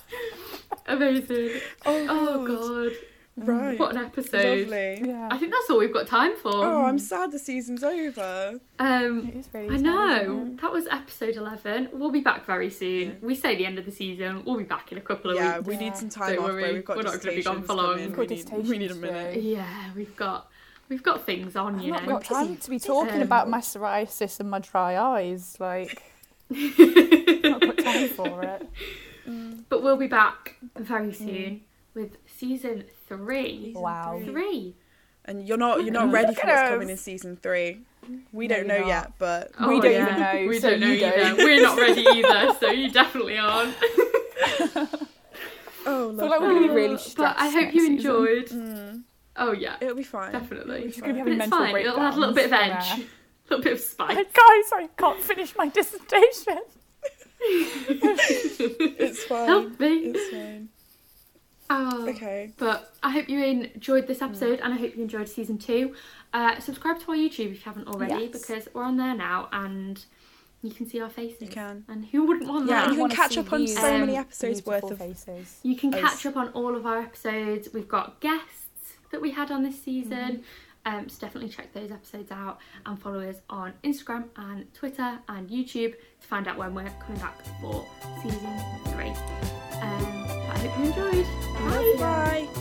Speaker 1: Amazing. Oh
Speaker 3: Right.
Speaker 1: god. What an episode.
Speaker 3: Lovely.
Speaker 1: I
Speaker 2: Yeah. Um,
Speaker 1: think that's all we've got time for.
Speaker 3: Oh, I'm sad the season's over.
Speaker 1: um
Speaker 2: It's really
Speaker 1: I
Speaker 2: sad,
Speaker 1: know.
Speaker 2: isn't it?
Speaker 1: That was episode 11. We'll be back very soon. We say the end of the season. We'll be back in a couple of
Speaker 3: Yeah,
Speaker 1: weeks.
Speaker 3: we need some time
Speaker 1: Don't
Speaker 3: off.
Speaker 1: worry,
Speaker 3: Where we've got
Speaker 1: we're not gonna be gone
Speaker 3: dissertations
Speaker 1: for long.
Speaker 3: coming.
Speaker 1: We've
Speaker 2: got
Speaker 3: We need, we need a
Speaker 2: dissertations
Speaker 3: minute.
Speaker 2: to-
Speaker 1: Yeah, we've got we've got things on,
Speaker 2: I've
Speaker 1: you
Speaker 2: not
Speaker 1: know.
Speaker 2: got time to be talking about my psoriasis and my dry eyes. Like, I've not got time for it.
Speaker 1: But we'll be back very soon with season 3.
Speaker 2: Wow.
Speaker 3: three.
Speaker 1: 3.
Speaker 3: And you're not you're not ready for
Speaker 2: Look at
Speaker 3: what's coming
Speaker 2: us.
Speaker 3: in season three. We don't
Speaker 2: we're
Speaker 3: know
Speaker 2: not.
Speaker 3: yet, but
Speaker 1: Oh,
Speaker 2: We don't even know,
Speaker 1: We
Speaker 2: so
Speaker 1: don't know
Speaker 2: you
Speaker 1: either.
Speaker 2: don't.
Speaker 1: We're not ready either, so you definitely aren't.
Speaker 3: oh,
Speaker 2: I feel
Speaker 3: lovely.
Speaker 2: like we're going to be
Speaker 1: Uh,
Speaker 2: really
Speaker 1: But
Speaker 2: stressed.
Speaker 1: I hope
Speaker 2: next
Speaker 1: you
Speaker 2: season. Mm.
Speaker 1: enjoyed. Oh yeah,
Speaker 3: Hmm, It'll be fine.
Speaker 1: definitely.
Speaker 2: just gonna
Speaker 1: But
Speaker 2: be having
Speaker 1: it's
Speaker 2: mental
Speaker 1: fine. It'll add a little bit of edge,
Speaker 2: breakdowns.
Speaker 1: a little bit of spice.
Speaker 2: Guys, I can't finish my dissertation.
Speaker 3: It's fine.
Speaker 1: Help me.
Speaker 2: Mm.
Speaker 3: It's fine.
Speaker 1: Oh.
Speaker 3: Okay.
Speaker 1: But I hope you enjoyed
Speaker 2: Mm.
Speaker 1: this episode, and I hope you enjoyed season two. Uh, subscribe to our YouTube if you haven't already,
Speaker 2: Yes.
Speaker 1: because we're on there now, and you can see our faces. You
Speaker 3: can.
Speaker 1: and who wouldn't want
Speaker 3: Yeah, and
Speaker 1: that?
Speaker 3: you
Speaker 2: I
Speaker 3: can
Speaker 2: wanna
Speaker 3: catch
Speaker 2: see
Speaker 3: up on
Speaker 2: these
Speaker 3: so many
Speaker 2: beautiful
Speaker 3: episodes worth of
Speaker 2: faces.
Speaker 1: You can
Speaker 3: us.
Speaker 1: catch up on all of our episodes. We've got guests that we had on this season. Um, so definitely check those episodes out and follow us on Instagram and Twitter and YouTube to find out when we're coming back for season three. Um, I hope you enjoyed. Bye.
Speaker 3: Bye.